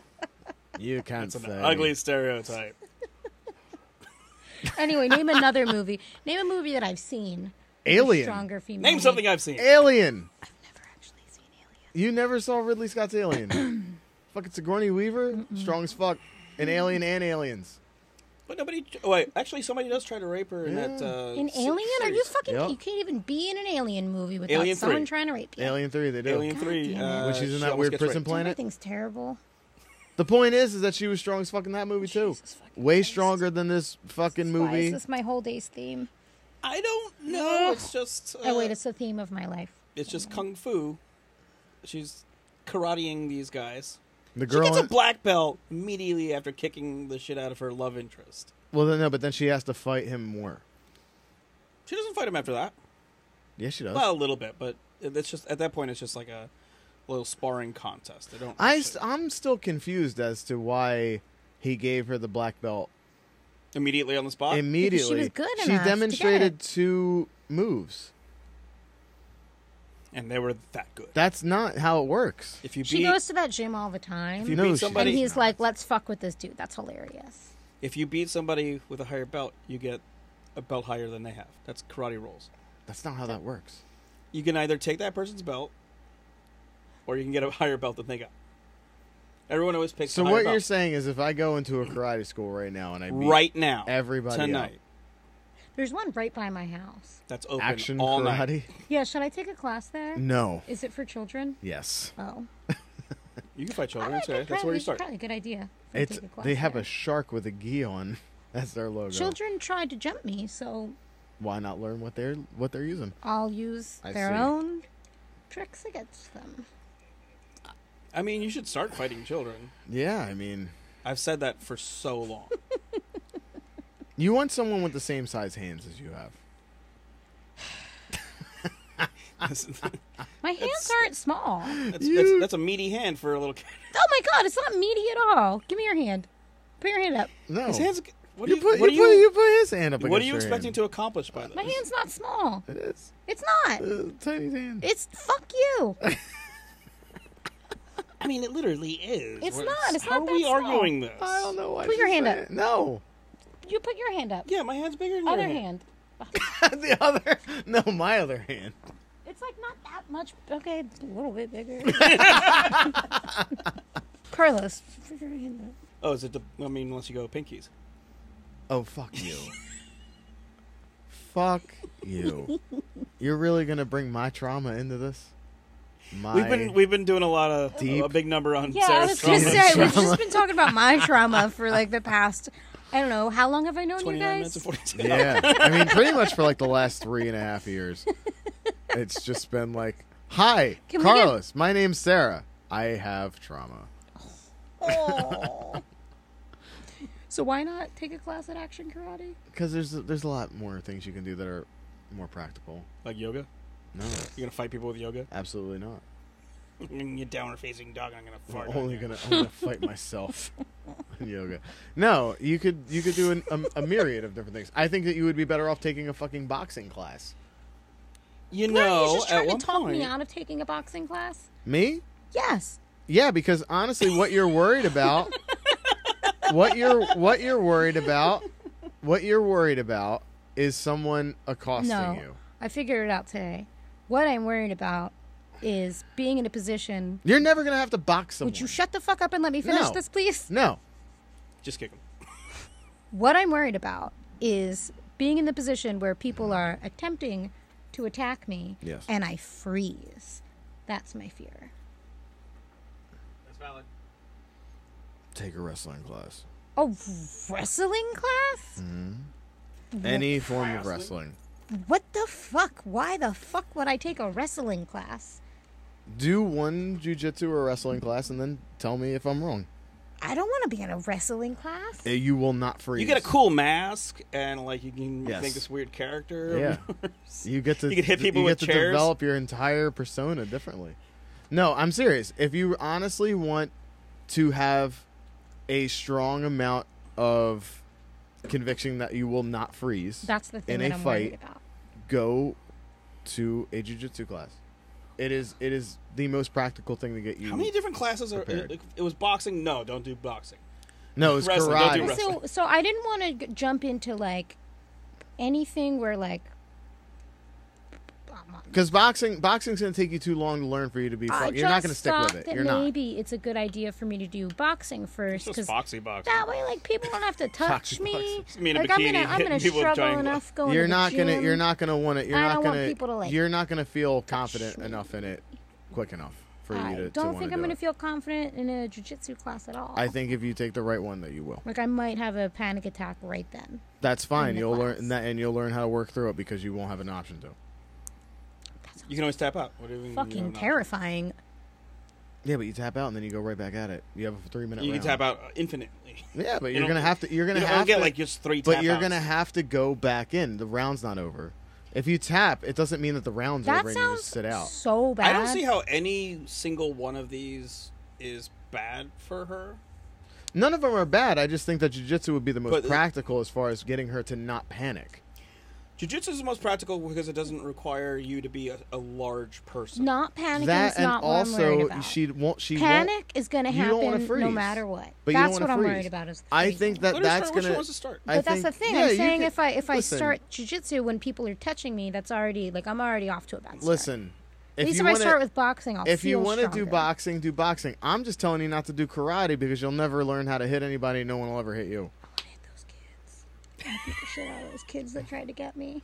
You can't It's an say ugly stereotype. Anyway, name another movie. Name a movie that I've seen. with a Alien. Stronger female. Name lead. something I've seen. Alien. I've never actually seen Alien. You never saw Ridley Scott's Alien. Fucking Sigourney Weaver, strong as fuck, in Alien and Aliens. But nobody. Wait, actually, somebody does try to rape her in that. Yeah. Uh, An se- Alien? Are you series. fucking? Yep. You can't even be in an Alien movie without Alien someone 3. trying to rape you. Alien Three, they do. Alien God Three, damn uh, it. when she's she in that almost weird gets prison raped. planet. Everything's terrible. The point is, is that she was strong as fuck in that movie too. Jesus fucking Way Christ. stronger than this fucking Why is movie. this my whole day's theme? I don't know. It's just. Uh, oh wait, it's the theme of my life. it's just kung fu. She's karateing these guys. The She girl. gets a in- black belt immediately after kicking the shit out of her love interest. well, then no, but then she has to fight him more. She doesn't fight him after that. Yes, she does. Well, a little bit, but it- it's just at that point it's just like a little sparring contest. They don't. I actually- am still confused as to why he gave her the black belt immediately on the spot. immediately. was good She enough to get demonstrated it. two moves. and they were that good. That's not how it works. if you beat, She goes to that gym all the time, if you No, beat she and somebody, does he's not. like, "Let's fuck with this dude. That's hilarious." if you beat somebody with a higher belt, you get a belt higher than they have. That's karate rolls. That's not how that works. You can either take that person's belt, or you can get a higher belt than they got. Everyone always picks. So the what higher you're belt. saying is, if I go into a karate school right now and I beat right now, everybody up. tonight, There's one right by my house. that's open action all karate, night. Yeah, should I take a class there? Is no, it for children? yes, Oh. You can fight children. Alright, it's okay. Oh, That's where probably- you start. Probably a good idea. if I it's take a class they have there. a shark with a gi on. That's their logo. Children tried to jump me, so Why not learn what they're what they're using? I'll use I their see. own tricks against them. I mean, you should start fighting children. Yeah, I mean, I've said that for so long. You want someone with the same size hands as you have. that's, that's, My hands aren't small. Oh that's, that's a meaty hand for a little kid. my god, it's not meaty at all. Give me your hand. Put your hand up. No. His hands. What do you, you, put, what do you, put, you, you put his hand up what are against you your expecting hand. to accomplish by this? My hand's not small. It is. It's not. Uh, tiny hand. It's fuck you. I mean, it literally is. It's What- not, it's How not are we that small. arguing this? I don't know why. Put your she's hand saying up. it. No. You put your hand up. Yeah, my hand's bigger than Other your hand. the other. No, my other hand. It's like not that much. Okay, it's a little bit bigger. Carlos, put your hand up. Oh, is it? The, I mean, unless you go pinkies. Oh, fuck you. fuck you. You're really going to bring my trauma into this? My. We've been we've been doing a lot of Deep. a big number on Yeah, I Sarah's was trauma. just saying, we've just been talking about my trauma for like the past, I don't know, how long have I known you Twenty nine minutes guys? and forty two. Yeah, I mean, pretty much for like the last three and a half years, it's just been like, "Hi, Can we get- Carlos. My name's Sarah. I have trauma." Oh. so why not take a class at Action Karate? Because there's there's a lot more things you can do that are more practical. Like yoga, No, you're gonna fight people with yoga. absolutely not. I'm gonna get downward facing dog. and I'm gonna fart. I'm on only you. gonna, I'm gonna fight myself in yoga. No, you could you could do an, a, a myriad of different things. I think that you would be better off taking a fucking boxing class. You Were you know, just at trying one to talk point, me out of taking a boxing class? Me? Yes. Yeah, because honestly, what you're worried about, what you're what you're worried about, what you're worried about is someone accosting no. you. I figured it out today. What I'm worried about is being in a position. You're never gonna have to box someone. Would you shut the fuck up and let me finish No. this, please? no. just kick him. What I'm worried about is being in the position where people are attempting to attack me Yes. and I freeze. That's my fear. That's valid. Take a wrestling class. Oh, wrestling class? Mm. Any form of wrestling. What the fuck? Why the fuck would I take a wrestling class? Do one jujitsu or wrestling class, and then tell me if I'm wrong. I don't want to be in a wrestling class. Uh, You will not freeze. You get a cool mask, and like you can Yes. make this weird character. Yeah. You get to You can hit people you with get to chairs. develop your entire persona differently. No, I'm serious. If you honestly want to have a strong amount of conviction that you will not freeze, That's the thing in that a I'm fight, worried about. go to a jujitsu class. It is it is the most practical thing to get you. How many different classes are? Prepared. It, it was boxing. No, don't do boxing. no, it's wrestling, don't do karate. wrestling. So, so I didn't want to g- jump into like anything where like Because boxing boxing's going to take you too long to learn for you to be. I Fun. You're not just going to stick thought with it. That You're not. maybe it's a good idea for me to do boxing first It's because just boxy boxing. that way, like people don't have to touch Boxing, me. boxing. Me in a like I'm gonna, bikini I'm gonna hitting people with struggle giant enough going. you're to the not gonna gym. you're not gonna want it you're I not don't want gonna people to, like, you're not gonna feel confident me. enough in it quick enough for I you to to don't wanna think do I'm gonna it. feel confident in a jujitsu class at all. I think if you take the right one that you will like I might have a panic attack right then. that's fine the you'll learn class. and that and you'll learn how to work through it because you won't have an option to You can always tap out. What do you mean you Fucking don't know? terrifying. yeah but you tap out and then you go right back at it you have a three minute You can round. tap out uh, infinitely. yeah but You you're don't- gonna have to you're gonna you don't have get to like just three. but tap you're outs. gonna have to go back in the round's not over if you tap it doesn't mean that the round's That over and you sounds just sit out so bad. I don't see how any single one of these is bad for her. none of them are bad I just think that jujitsu would be the most But- practical as far as getting her to not panic. Jujitsu is the most practical because it doesn't require you to be a, a large person. Not panicking that is and not what I'm worried also about. she won't she won't, Panic is going to you don't wanna happen no freeze. matter what. But you don't that's wanna what I'm worried freeze. about. Is the I freezing. think that Let her that's start where she gonna. wants to start. I But that's think- the thing. yeah, you I'm saying can- if I if I listen, start jujitsu when people are touching me, that's already like I'm already off to a bad start. listen. At If least you if want I start with boxing, I'll if you feel want to do stronger. boxing, do boxing. I'm just telling you not to do karate because you'll never learn how to hit anybody. No one will ever hit you. I hate those kids. I hate the shit out of those kids that tried to get me.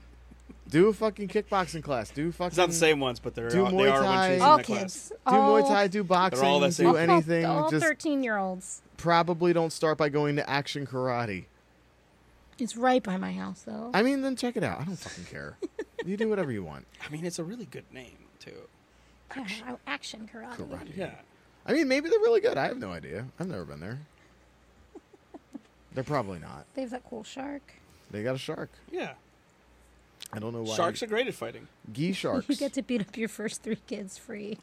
Do a fucking kickboxing class. Do fucking. It's not the same ones, but they're Do all, Muay they are Thai. when she's All in the class. kids. Do all, Muay Thai. Do boxing. all the Do same. anything. All just 13 year olds. probably don't start by going to action karate. It's right by my house though. I mean, then check it out. I don't fucking care. you do whatever you want. I mean, it's a really good name too. Yeah, Oh, action, karate. Karate. Yeah, I mean, maybe they're really good. I have no idea. I've never been there. They're probably not. They have that cool shark. They got a shark. Yeah. I don't know why. Sharks are great at fighting. Gee sharks. You get to beat up your first three kids free.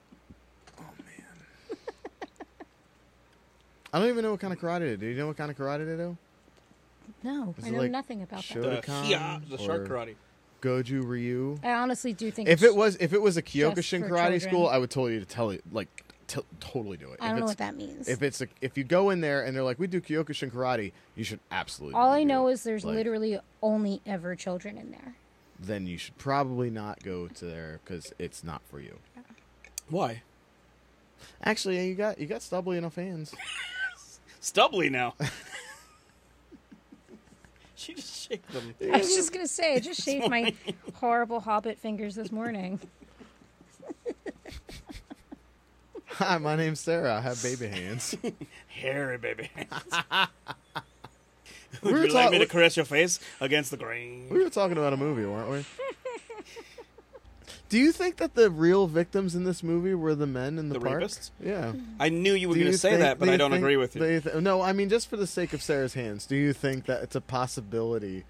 I don't even know what kind of karate they do. Do you know what kind of karate they do? No, Is I it know like nothing about that. show- The, Budokan hiya, the shark or- karate. Goju Ryu. I honestly do think If it's- it was if it was a Kyokushin for karate children. school, I would tell you to tell you like t- totally do it. I don't if know it's- what that means. If it's a, if you go in there and they're like we do Kyokushin karate, you should absolutely. All do I know it. is there's Like, literally only ever children in there. Then you should probably not go to there because it's not for you. Why? Actually, you got you got stubbly enough hands. Stubbly now. she just shake them. I was just gonna say, I just shaved my horrible hobbit fingers this morning. Hi, my name's Sarah. I have baby hands. Hairy baby. we, Would were you like talk- me to caress your face against the grain? we were talking about a movie, weren't we? Do you think that the real victims in this movie were the men in the, The park? rapists? Yeah. I knew you were Do going you to say think- that, but do I don't think agree with you. they th- no, I mean just for the sake of Sarah's hands, do you think that it's a possibility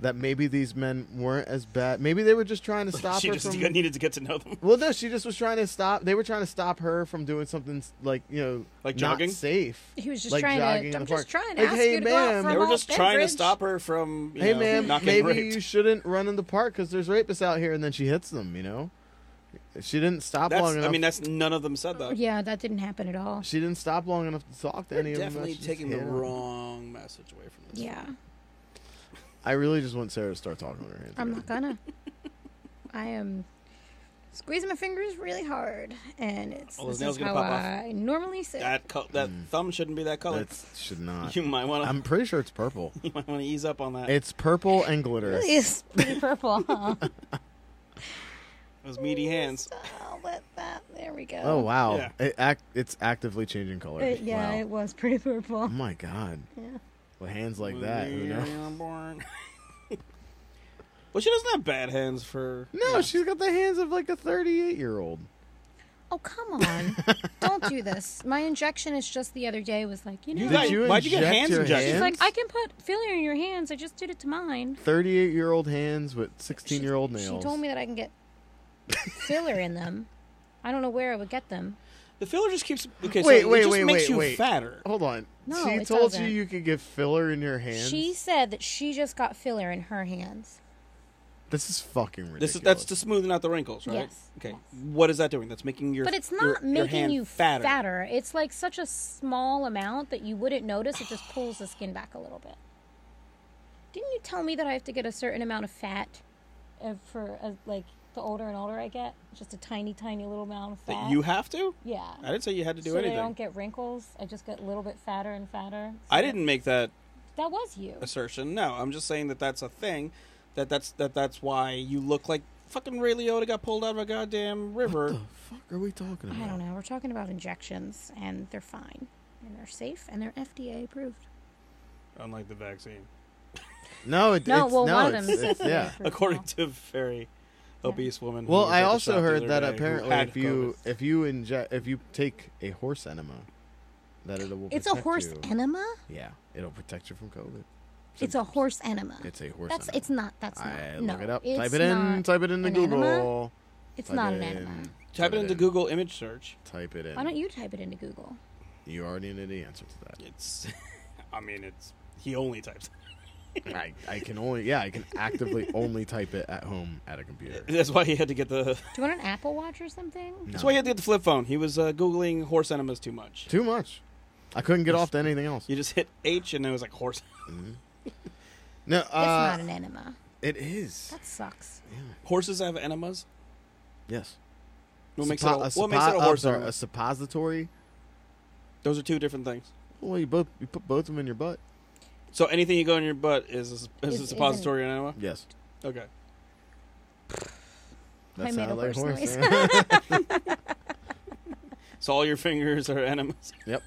that maybe these men weren't as bad? Maybe they were just trying to stop she her just from. needed to get to know them. well, no, she just was trying to stop. They were trying to stop her from doing something like you know, Like not jogging? safe. He was just like trying to- jogging in I'm the just park. trying to Like, ask hey, you to go out ma'am, for a They were just Well, trying to Bedbridge- stop her from, you Hey, know, ma'am, not maybe getting raped. you shouldn't run in the park because there's rapists out here, and then she hits them. You know, she didn't stop That's, long enough. I mean, that's none of them said that. Yeah, that didn't happen at all. she didn't stop long enough to talk to any of them. Definitely She just taking the hit 'em. wrong message away from this. Yeah, I really just want Sarah to start talking with her hands. I'm again. not gonna. I am squeezing my fingers really hard, and it's All those this nails is gonna how pop off. I normally sit. That co- that thumb shouldn't be that color. Hmm. That's should not. you might want to I'm pretty sure it's purple. you might want to ease up on that. It's purple and glitter. really is pretty purple, Oh, huh? Those meaty hands. oh, let that. There we go. Oh wow! Yeah. It act, it's actively changing color. It- yeah, Wow. it was pretty Oh Mm-hmm. purple. my god! Yeah. With hands like that, who knows? well, she doesn't have bad hands for. No, yeah. she's got the hands of like a 38 year old. Oh come on! Don't do this. My injectionist just the other day was like, you know, You guys- why'd you get inject hands your injected? she's like, I hands? can put filler in your hands. I just did it to mine. 38 year old hands with 16 She- year old She nails. told me that I can get filler in them. I don't know where I would get them. The filler just keeps. Okay, Wait, so wait, it just wait, makes wait, you wait. fatter. Hold on. No, she it told doesn't. you you could get filler in your hands. She said that she just got filler in her hands. This is fucking ridiculous. This is that's to smoothing out the wrinkles, right? Yes, Okay. yes. What is that doing? That's making your But it's your- not your making hand you fatter. fatter. It's like such a small amount that you wouldn't notice. It just pulls the skin back a little bit. Didn't you tell me that I have to get a certain amount of fat uh, for uh, like the older and older I get? Just a tiny, tiny little amount of fat. That you have to. yeah. I didn't say you had to do so that I anything. don't get wrinkles. I just get a little bit fatter and fatter. I didn't make that That was you. assertion. No, I'm just saying that that's a thing. That that's that that's why you look like fucking Ray Liotta got pulled out of a goddamn What river. the fuck are we talking about? I don't know. We're talking about injections, and they're fine, and they're safe, and they're FDA approved. Unlike the vaccine, No, it, No, it's, well, no, one of it's- them is it's- yeah. FDA approved according now. to a very obese woman. who Well, was I at the also shop the heard other that day who apparently had if you COVID. if you inject if you take a horse enema, that it will. It's a protect horse you. enema. Yeah, it'll protect you from COVID. It's a horse enema. It's a horse That's enema. it's not. That's not. I no, look it up. it's Type it in. not Type it into an Google. enema. It's Type not it an in, enema. type it into in. Google image search, Type it in. Why don't you type it into Google? You already know the answer to it's. I mean, it's he only types. that. I, I can only yeah I can actively only type it at home at a computer. That's why he had to get the. Do you want an Apple Watch or something? That's why he had to get the flip phone. He was uh, googling horse enemas too much. Too much. I couldn't get off to anything else. You just hit H and it was like horse No, It's uh, not an enema. it is. That sucks. horses have enemas. Yes. What makes it Suppo- a, a what makes it suppo- a I'm horse sorry, enema? a suppository. Those are two different things. Well, you both you put both of them in your butt. So anything you go in your butt is a, is Is- a is suppository and enema. Yes. Okay. That I made a sounded like horse noise. yeah. So all your fingers are enemas. yep.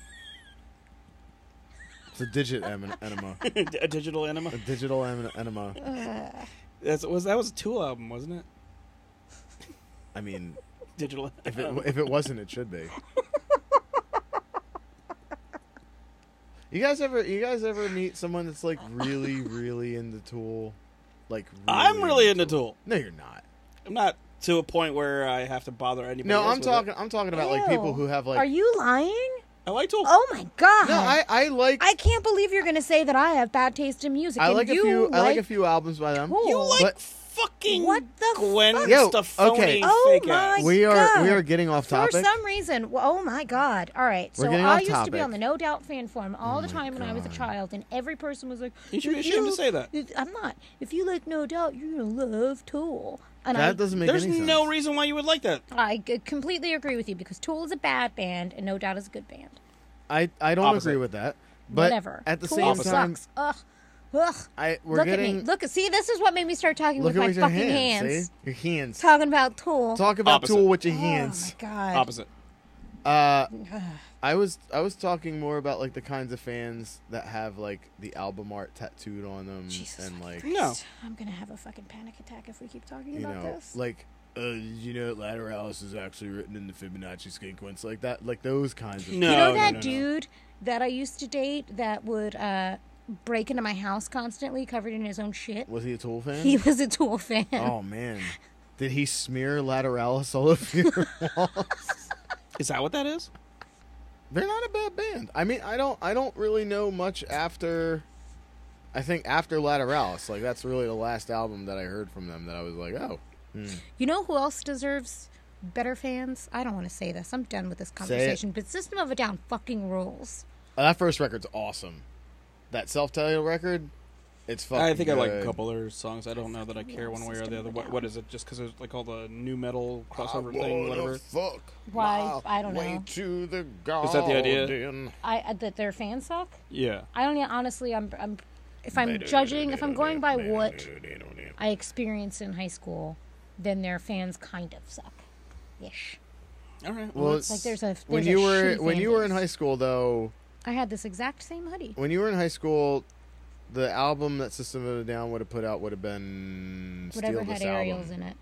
It's a digit em- enema. a digital enema. A digital em- enema. Uh. That's was that was a Tool album, wasn't it? I mean, Digital. if it, if it wasn't, it should be. You guys ever you guys ever meet someone that's like really really into Tool? Like I'm really into Tool. No, you're not. I'm not to a point where I have to bother anybody. No, else I'm with it. talking I'm talking about like people Ew. who have like Are you lying? I like Tool. Oh my god! No, I I like I can't believe you're gonna say that I have bad taste in music. I and like a you few I like a like few albums by them. Tool. you like But- fucking What the Gwen fuck? Yo, Stefani okay. Oh fake my ass. We are we God. are getting off For topic. some reason, well, oh my God! All right, We're so getting I off used to be topic. Oh on the No Doubt fan forum all the my time when I was a God. child, and every person was like, You should be "If ashamed to say that." if- I'm not. If you like No Doubt, you're gonna love Tool." And I, that doesn't make There's any sense. no reason why you would like that. I g- completely agree with you because Tool is a bad band, and No Doubt is a good band. I I don't Opposite. agree with that. But Whatever. at the Tool same sucks. time, ugh, ugh. I we're look getting at me. Look, see, this is what made me start talking look with at my with your fucking hands, hands. see? your hands. Talking about Tool. Talk about Opposite. Tool with your oh hands. my God. Opposite. Uh, I was I was talking more about like the kinds of fans that have like the album art tattooed on them Jesus and like No. I'm gonna have a fucking panic attack if we keep talking you about know this. like uh, you know Lateralis is actually written in the Fibonacci sequence like that like those kinds of No. you know no, that no, no. dude that I used to date that would uh, break into my house constantly, covered in his own shit. was he a Tool fan? He was a Tool fan. oh man, did he smear Lateralis all over your walls? Is that what that is? They're not a bad band. I mean, I don't I don't really know much after. I think after Lateralis, like that's really the last album that I heard from them that I was like, oh, You know who else deserves better fans? I don't want to say this. I'm done with this conversation. But System of a Down fucking rules. Uh, that first record's awesome. That self-titled record, it's fucking. I think I like a good. couple of their songs. I don't know that I care one way or the other. What, what is it? Just because it's like all the new metal Ah, crossover thing, Wanna whatever. Fuck. Why? my I don't way know. to the Is that the idea? garden. I uh, that their fans suck. Yeah. I don't honestly. I'm. I'm if I'm judging, if I'm going by what I experienced in high school, then their fans kind of suck. Ish. All right. Well, Well, it's like there's a- there's when a you were shitty when fan you were in base. high school though. I had this exact same hoodie. When you were in high school, the album that System of a Down would have put out would have been Whatever Steal had This aerials album. in it.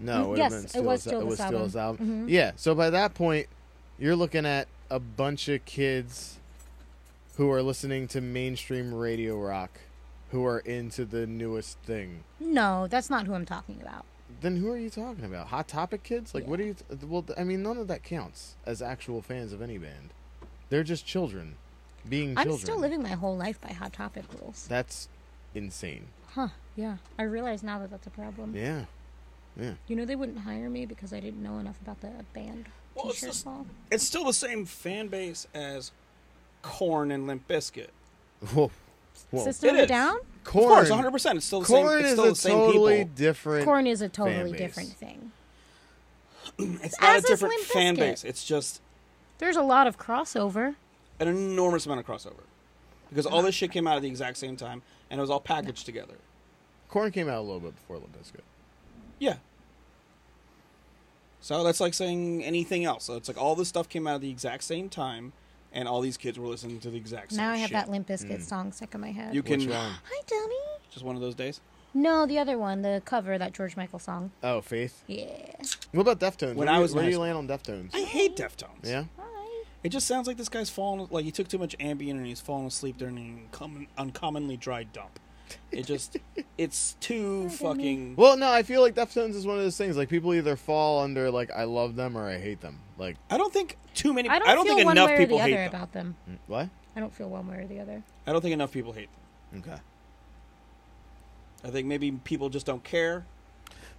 No, it Mm, would have yes, been it Steal was This- Steal it This was Steal Album. Mm-hmm. This album. Yeah. So by that point, you're looking at a bunch of kids who are listening to mainstream radio rock, who are into the newest thing. No, that's not who I'm talking about. Then who are you talking about? Hot Topic kids? Like, what are you? T- well, I mean, none of that counts as actual fans of any band. They're just children, being children. I'm still living my whole life by Hot Topic rules. That's insane. Huh, yeah. I realize now that that's a problem. Yeah. You know, they wouldn't hire me because I didn't know enough about the band Well, it's t-shirt just- law. it's still the same fan base as Corn and Limp Bizkit. Whoa. Whoa. System of It a is. Down? Of Corn- course, 100. percent It's still the Corn same. It's is still a the same totally people. different. Corn is a fan totally base. different thing. It's not a as is different Limp fan Bizkit. base. It's just There's a lot of crossover. an enormous amount of crossover because all this shit came out at the exact same time and it was all packaged together. Corn came out a little bit before Limp Bizkit. Yeah. So that's like saying anything else. So it's like all this stuff came out at the exact same time, and all these kids were listening to the exact same. Now I have shit. Hmm. that Limp Bizkit song stuck in my head. You can Which one? Hi, dummy. just one of those days. No, the other one, the cover, that George Michael song. Oh, Faith. Yeah. What about Deftones? When where I do was you, where in do you high land on Deftones? I hate Deftones. yeah. Hi. It just sounds like this guy's falling like he took too much Ambien and he's falling asleep during an uncommon, uncommonly dry dump. It just it's too fucking. Well, no, I feel like Deftones is one of those things. Like people either fall under like I love them or I hate them. Like I don't think too many. I don't, feel think one enough way or people the other hate them. Hmm. about them. what? I don't feel one way or the other. I don't think enough people hate them. Okay. I think maybe people just don't care,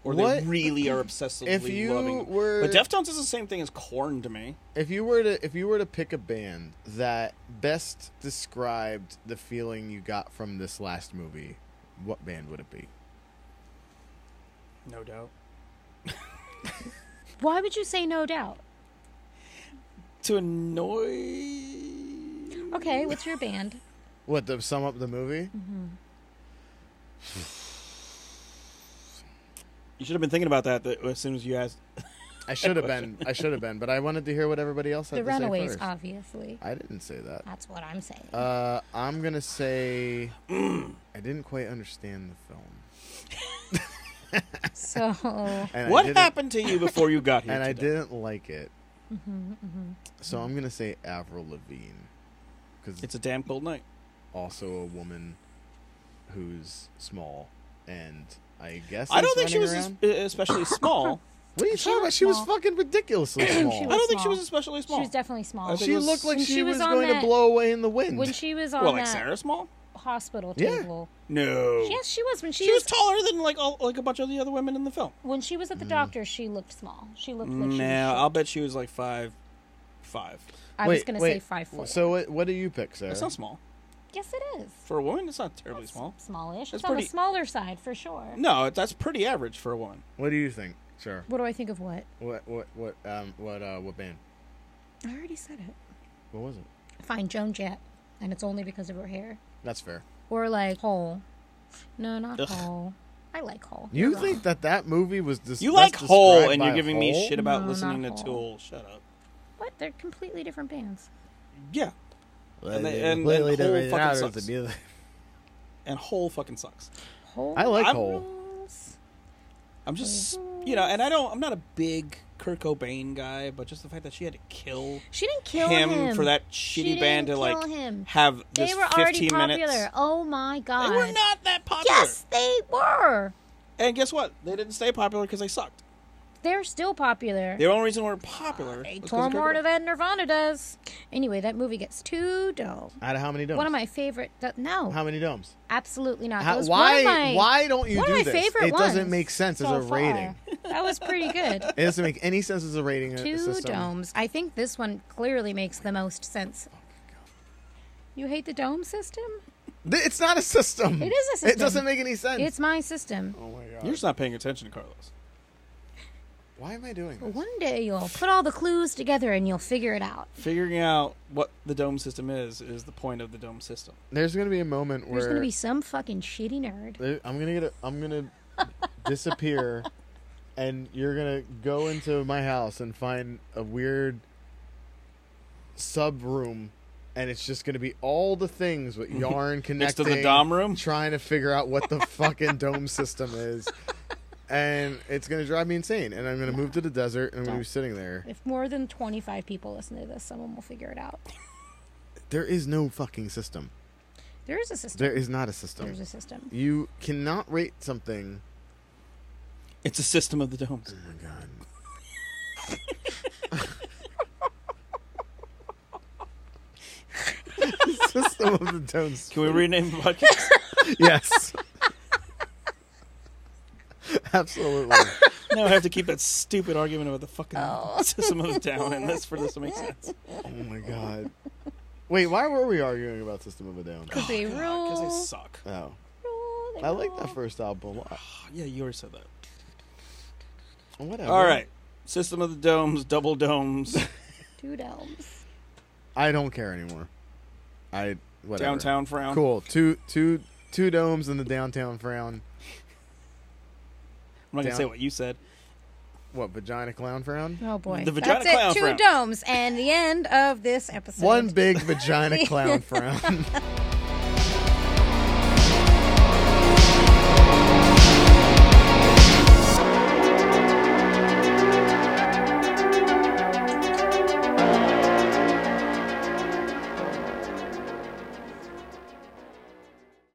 or What- they really are obsessively If you loving. them. were- But Deftones is the same thing as corn to me. If you were to if you were to pick a band that best described the feeling you got from this last movie, what band would it be? No doubt. Why would you say no doubt? To annoy. Okay, what's your band? What to sum up the movie? You should have been thinking about that th- as soon as you asked. I should have been. I should have been, but I wanted to hear what everybody else had The to say Runaways, um, first. obviously. I didn't say that. That's what I'm saying. Uh, I'm gonna say I didn't quite understand the film. so, And I What didn't- happened to you before you got here? And I today? Mm-hmm, didn't like it. So I'm gonna say Avril Lavigne because It's a damn cold night. also a woman who's small, and I guess I is don't think she was running es- around. especially small. What are you She talking was about? She was small. fucking ridiculously She small. I was don't think she was small. especially small. She was definitely small. I think she it was- looked like When she, she was, was on going that- to blow away in the wind. When she was on well, like that Sarah small? hospital Yeah. table. No. Yes, she was when she, She was taller than like all like a bunch of the other women in the film. when she was at the doctor. She looked small. She looked like she. No, was I'll short. bet she was like five, five. I was Wait, gonna say wait, five four. So what, what do you pick, Sarah? That's not small yes, it is. for a woman. It's not terribly That's small. Smallish. it's That's on the pretty- smaller side for sure. No, that's pretty average for a woman. What do you think, Sarah? What do I think of what? What what what um what uh what band? I already said it. What was it? Fine, Joan Jett, and it's only because of her hair. That's fair. Or like Hole. No, not Ugh. Hole. I like Hole. You You're think wrong. that that movie was dis- You that's like Hole, described and you're by giving Hole? me shit about No, listening to not Hole. Tool. Shut up. What? They're completely different bands. Yeah, Well, and they- they and- completely and Hole different fucking genres of sucks. music. and Hole fucking sucks. Hole. I like I'm- Hole. I'm just, you know, and I don't. I'm not a big Kurt Cobain guy, but just the fact that she had to kill She didn't kill him, him, for that She shitty band to didn't like kill him. have this They were 15 already popular. minutes. Oh my god. They were not that popular. Yes, they were. And guess what? They didn't stay popular because they sucked. They're still popular. The only reason we are popular. They was 'cause tore of Kurt more Cobain. to that Nirvana does. Anyway, that movie gets too dull. Out of how many domes? One of my favorite. no, How many domes? absolutely not. That How, was why One of my, why don't you one do of my this? favorite it ones doesn't make sense so as a far. rating. That was pretty good. It doesn't make any sense as a rating uh, Two system. domes. I think this one clearly makes the most sense. Oh You hate the dome system? Th- It's not a system. It is a It doesn't system. make any sense. It's my system. oh my god. You're just not paying attention, Carlos. Why am I doing this? One day you'll put all the clues together and you'll figure it out. Figuring out what the dome system is is the point of the dome system. There's gonna be a moment where There's gonna be some fucking shitty nerd. there- I'm gonna get a, I'm gonna disappear, and you're gonna go into my house and find a weird sub room, and it's just gonna be all the things with yarn Next to connecting the dom room? trying to figure out what the fucking dome system is, and it's gonna drive me insane. And I'm gonna move to the desert, and I'm gonna be Don't. sitting there. If more than 25 people listen to this, someone will figure it out. There is no fucking system. There is a system. There is not a system. There's a system. you cannot rate something. It's a system of the domes. Oh my god. System of the Domes. Can we rename the podcast? Yes. Absolutely. now I have to keep that stupid argument about the fucking Oh. system of the down in this for this to make sense. Oh my god. Wait, why were we arguing about System of a Down? Because they rule. Because Oh I suck. Oh. rule, they I like that rule. first album a lot. Yeah, you already said that. Whatever. All right. System of the domes, double domes, Two domes. I don't care anymore. I whatever. downtown frown. Cool. Two two two domes in the downtown frown. I'm not going to Down- say what you said. What, vagina clown frown? Oh boy. The vagina That's clown it. Two frown. domes and the end of this episode. One big vagina clown frown.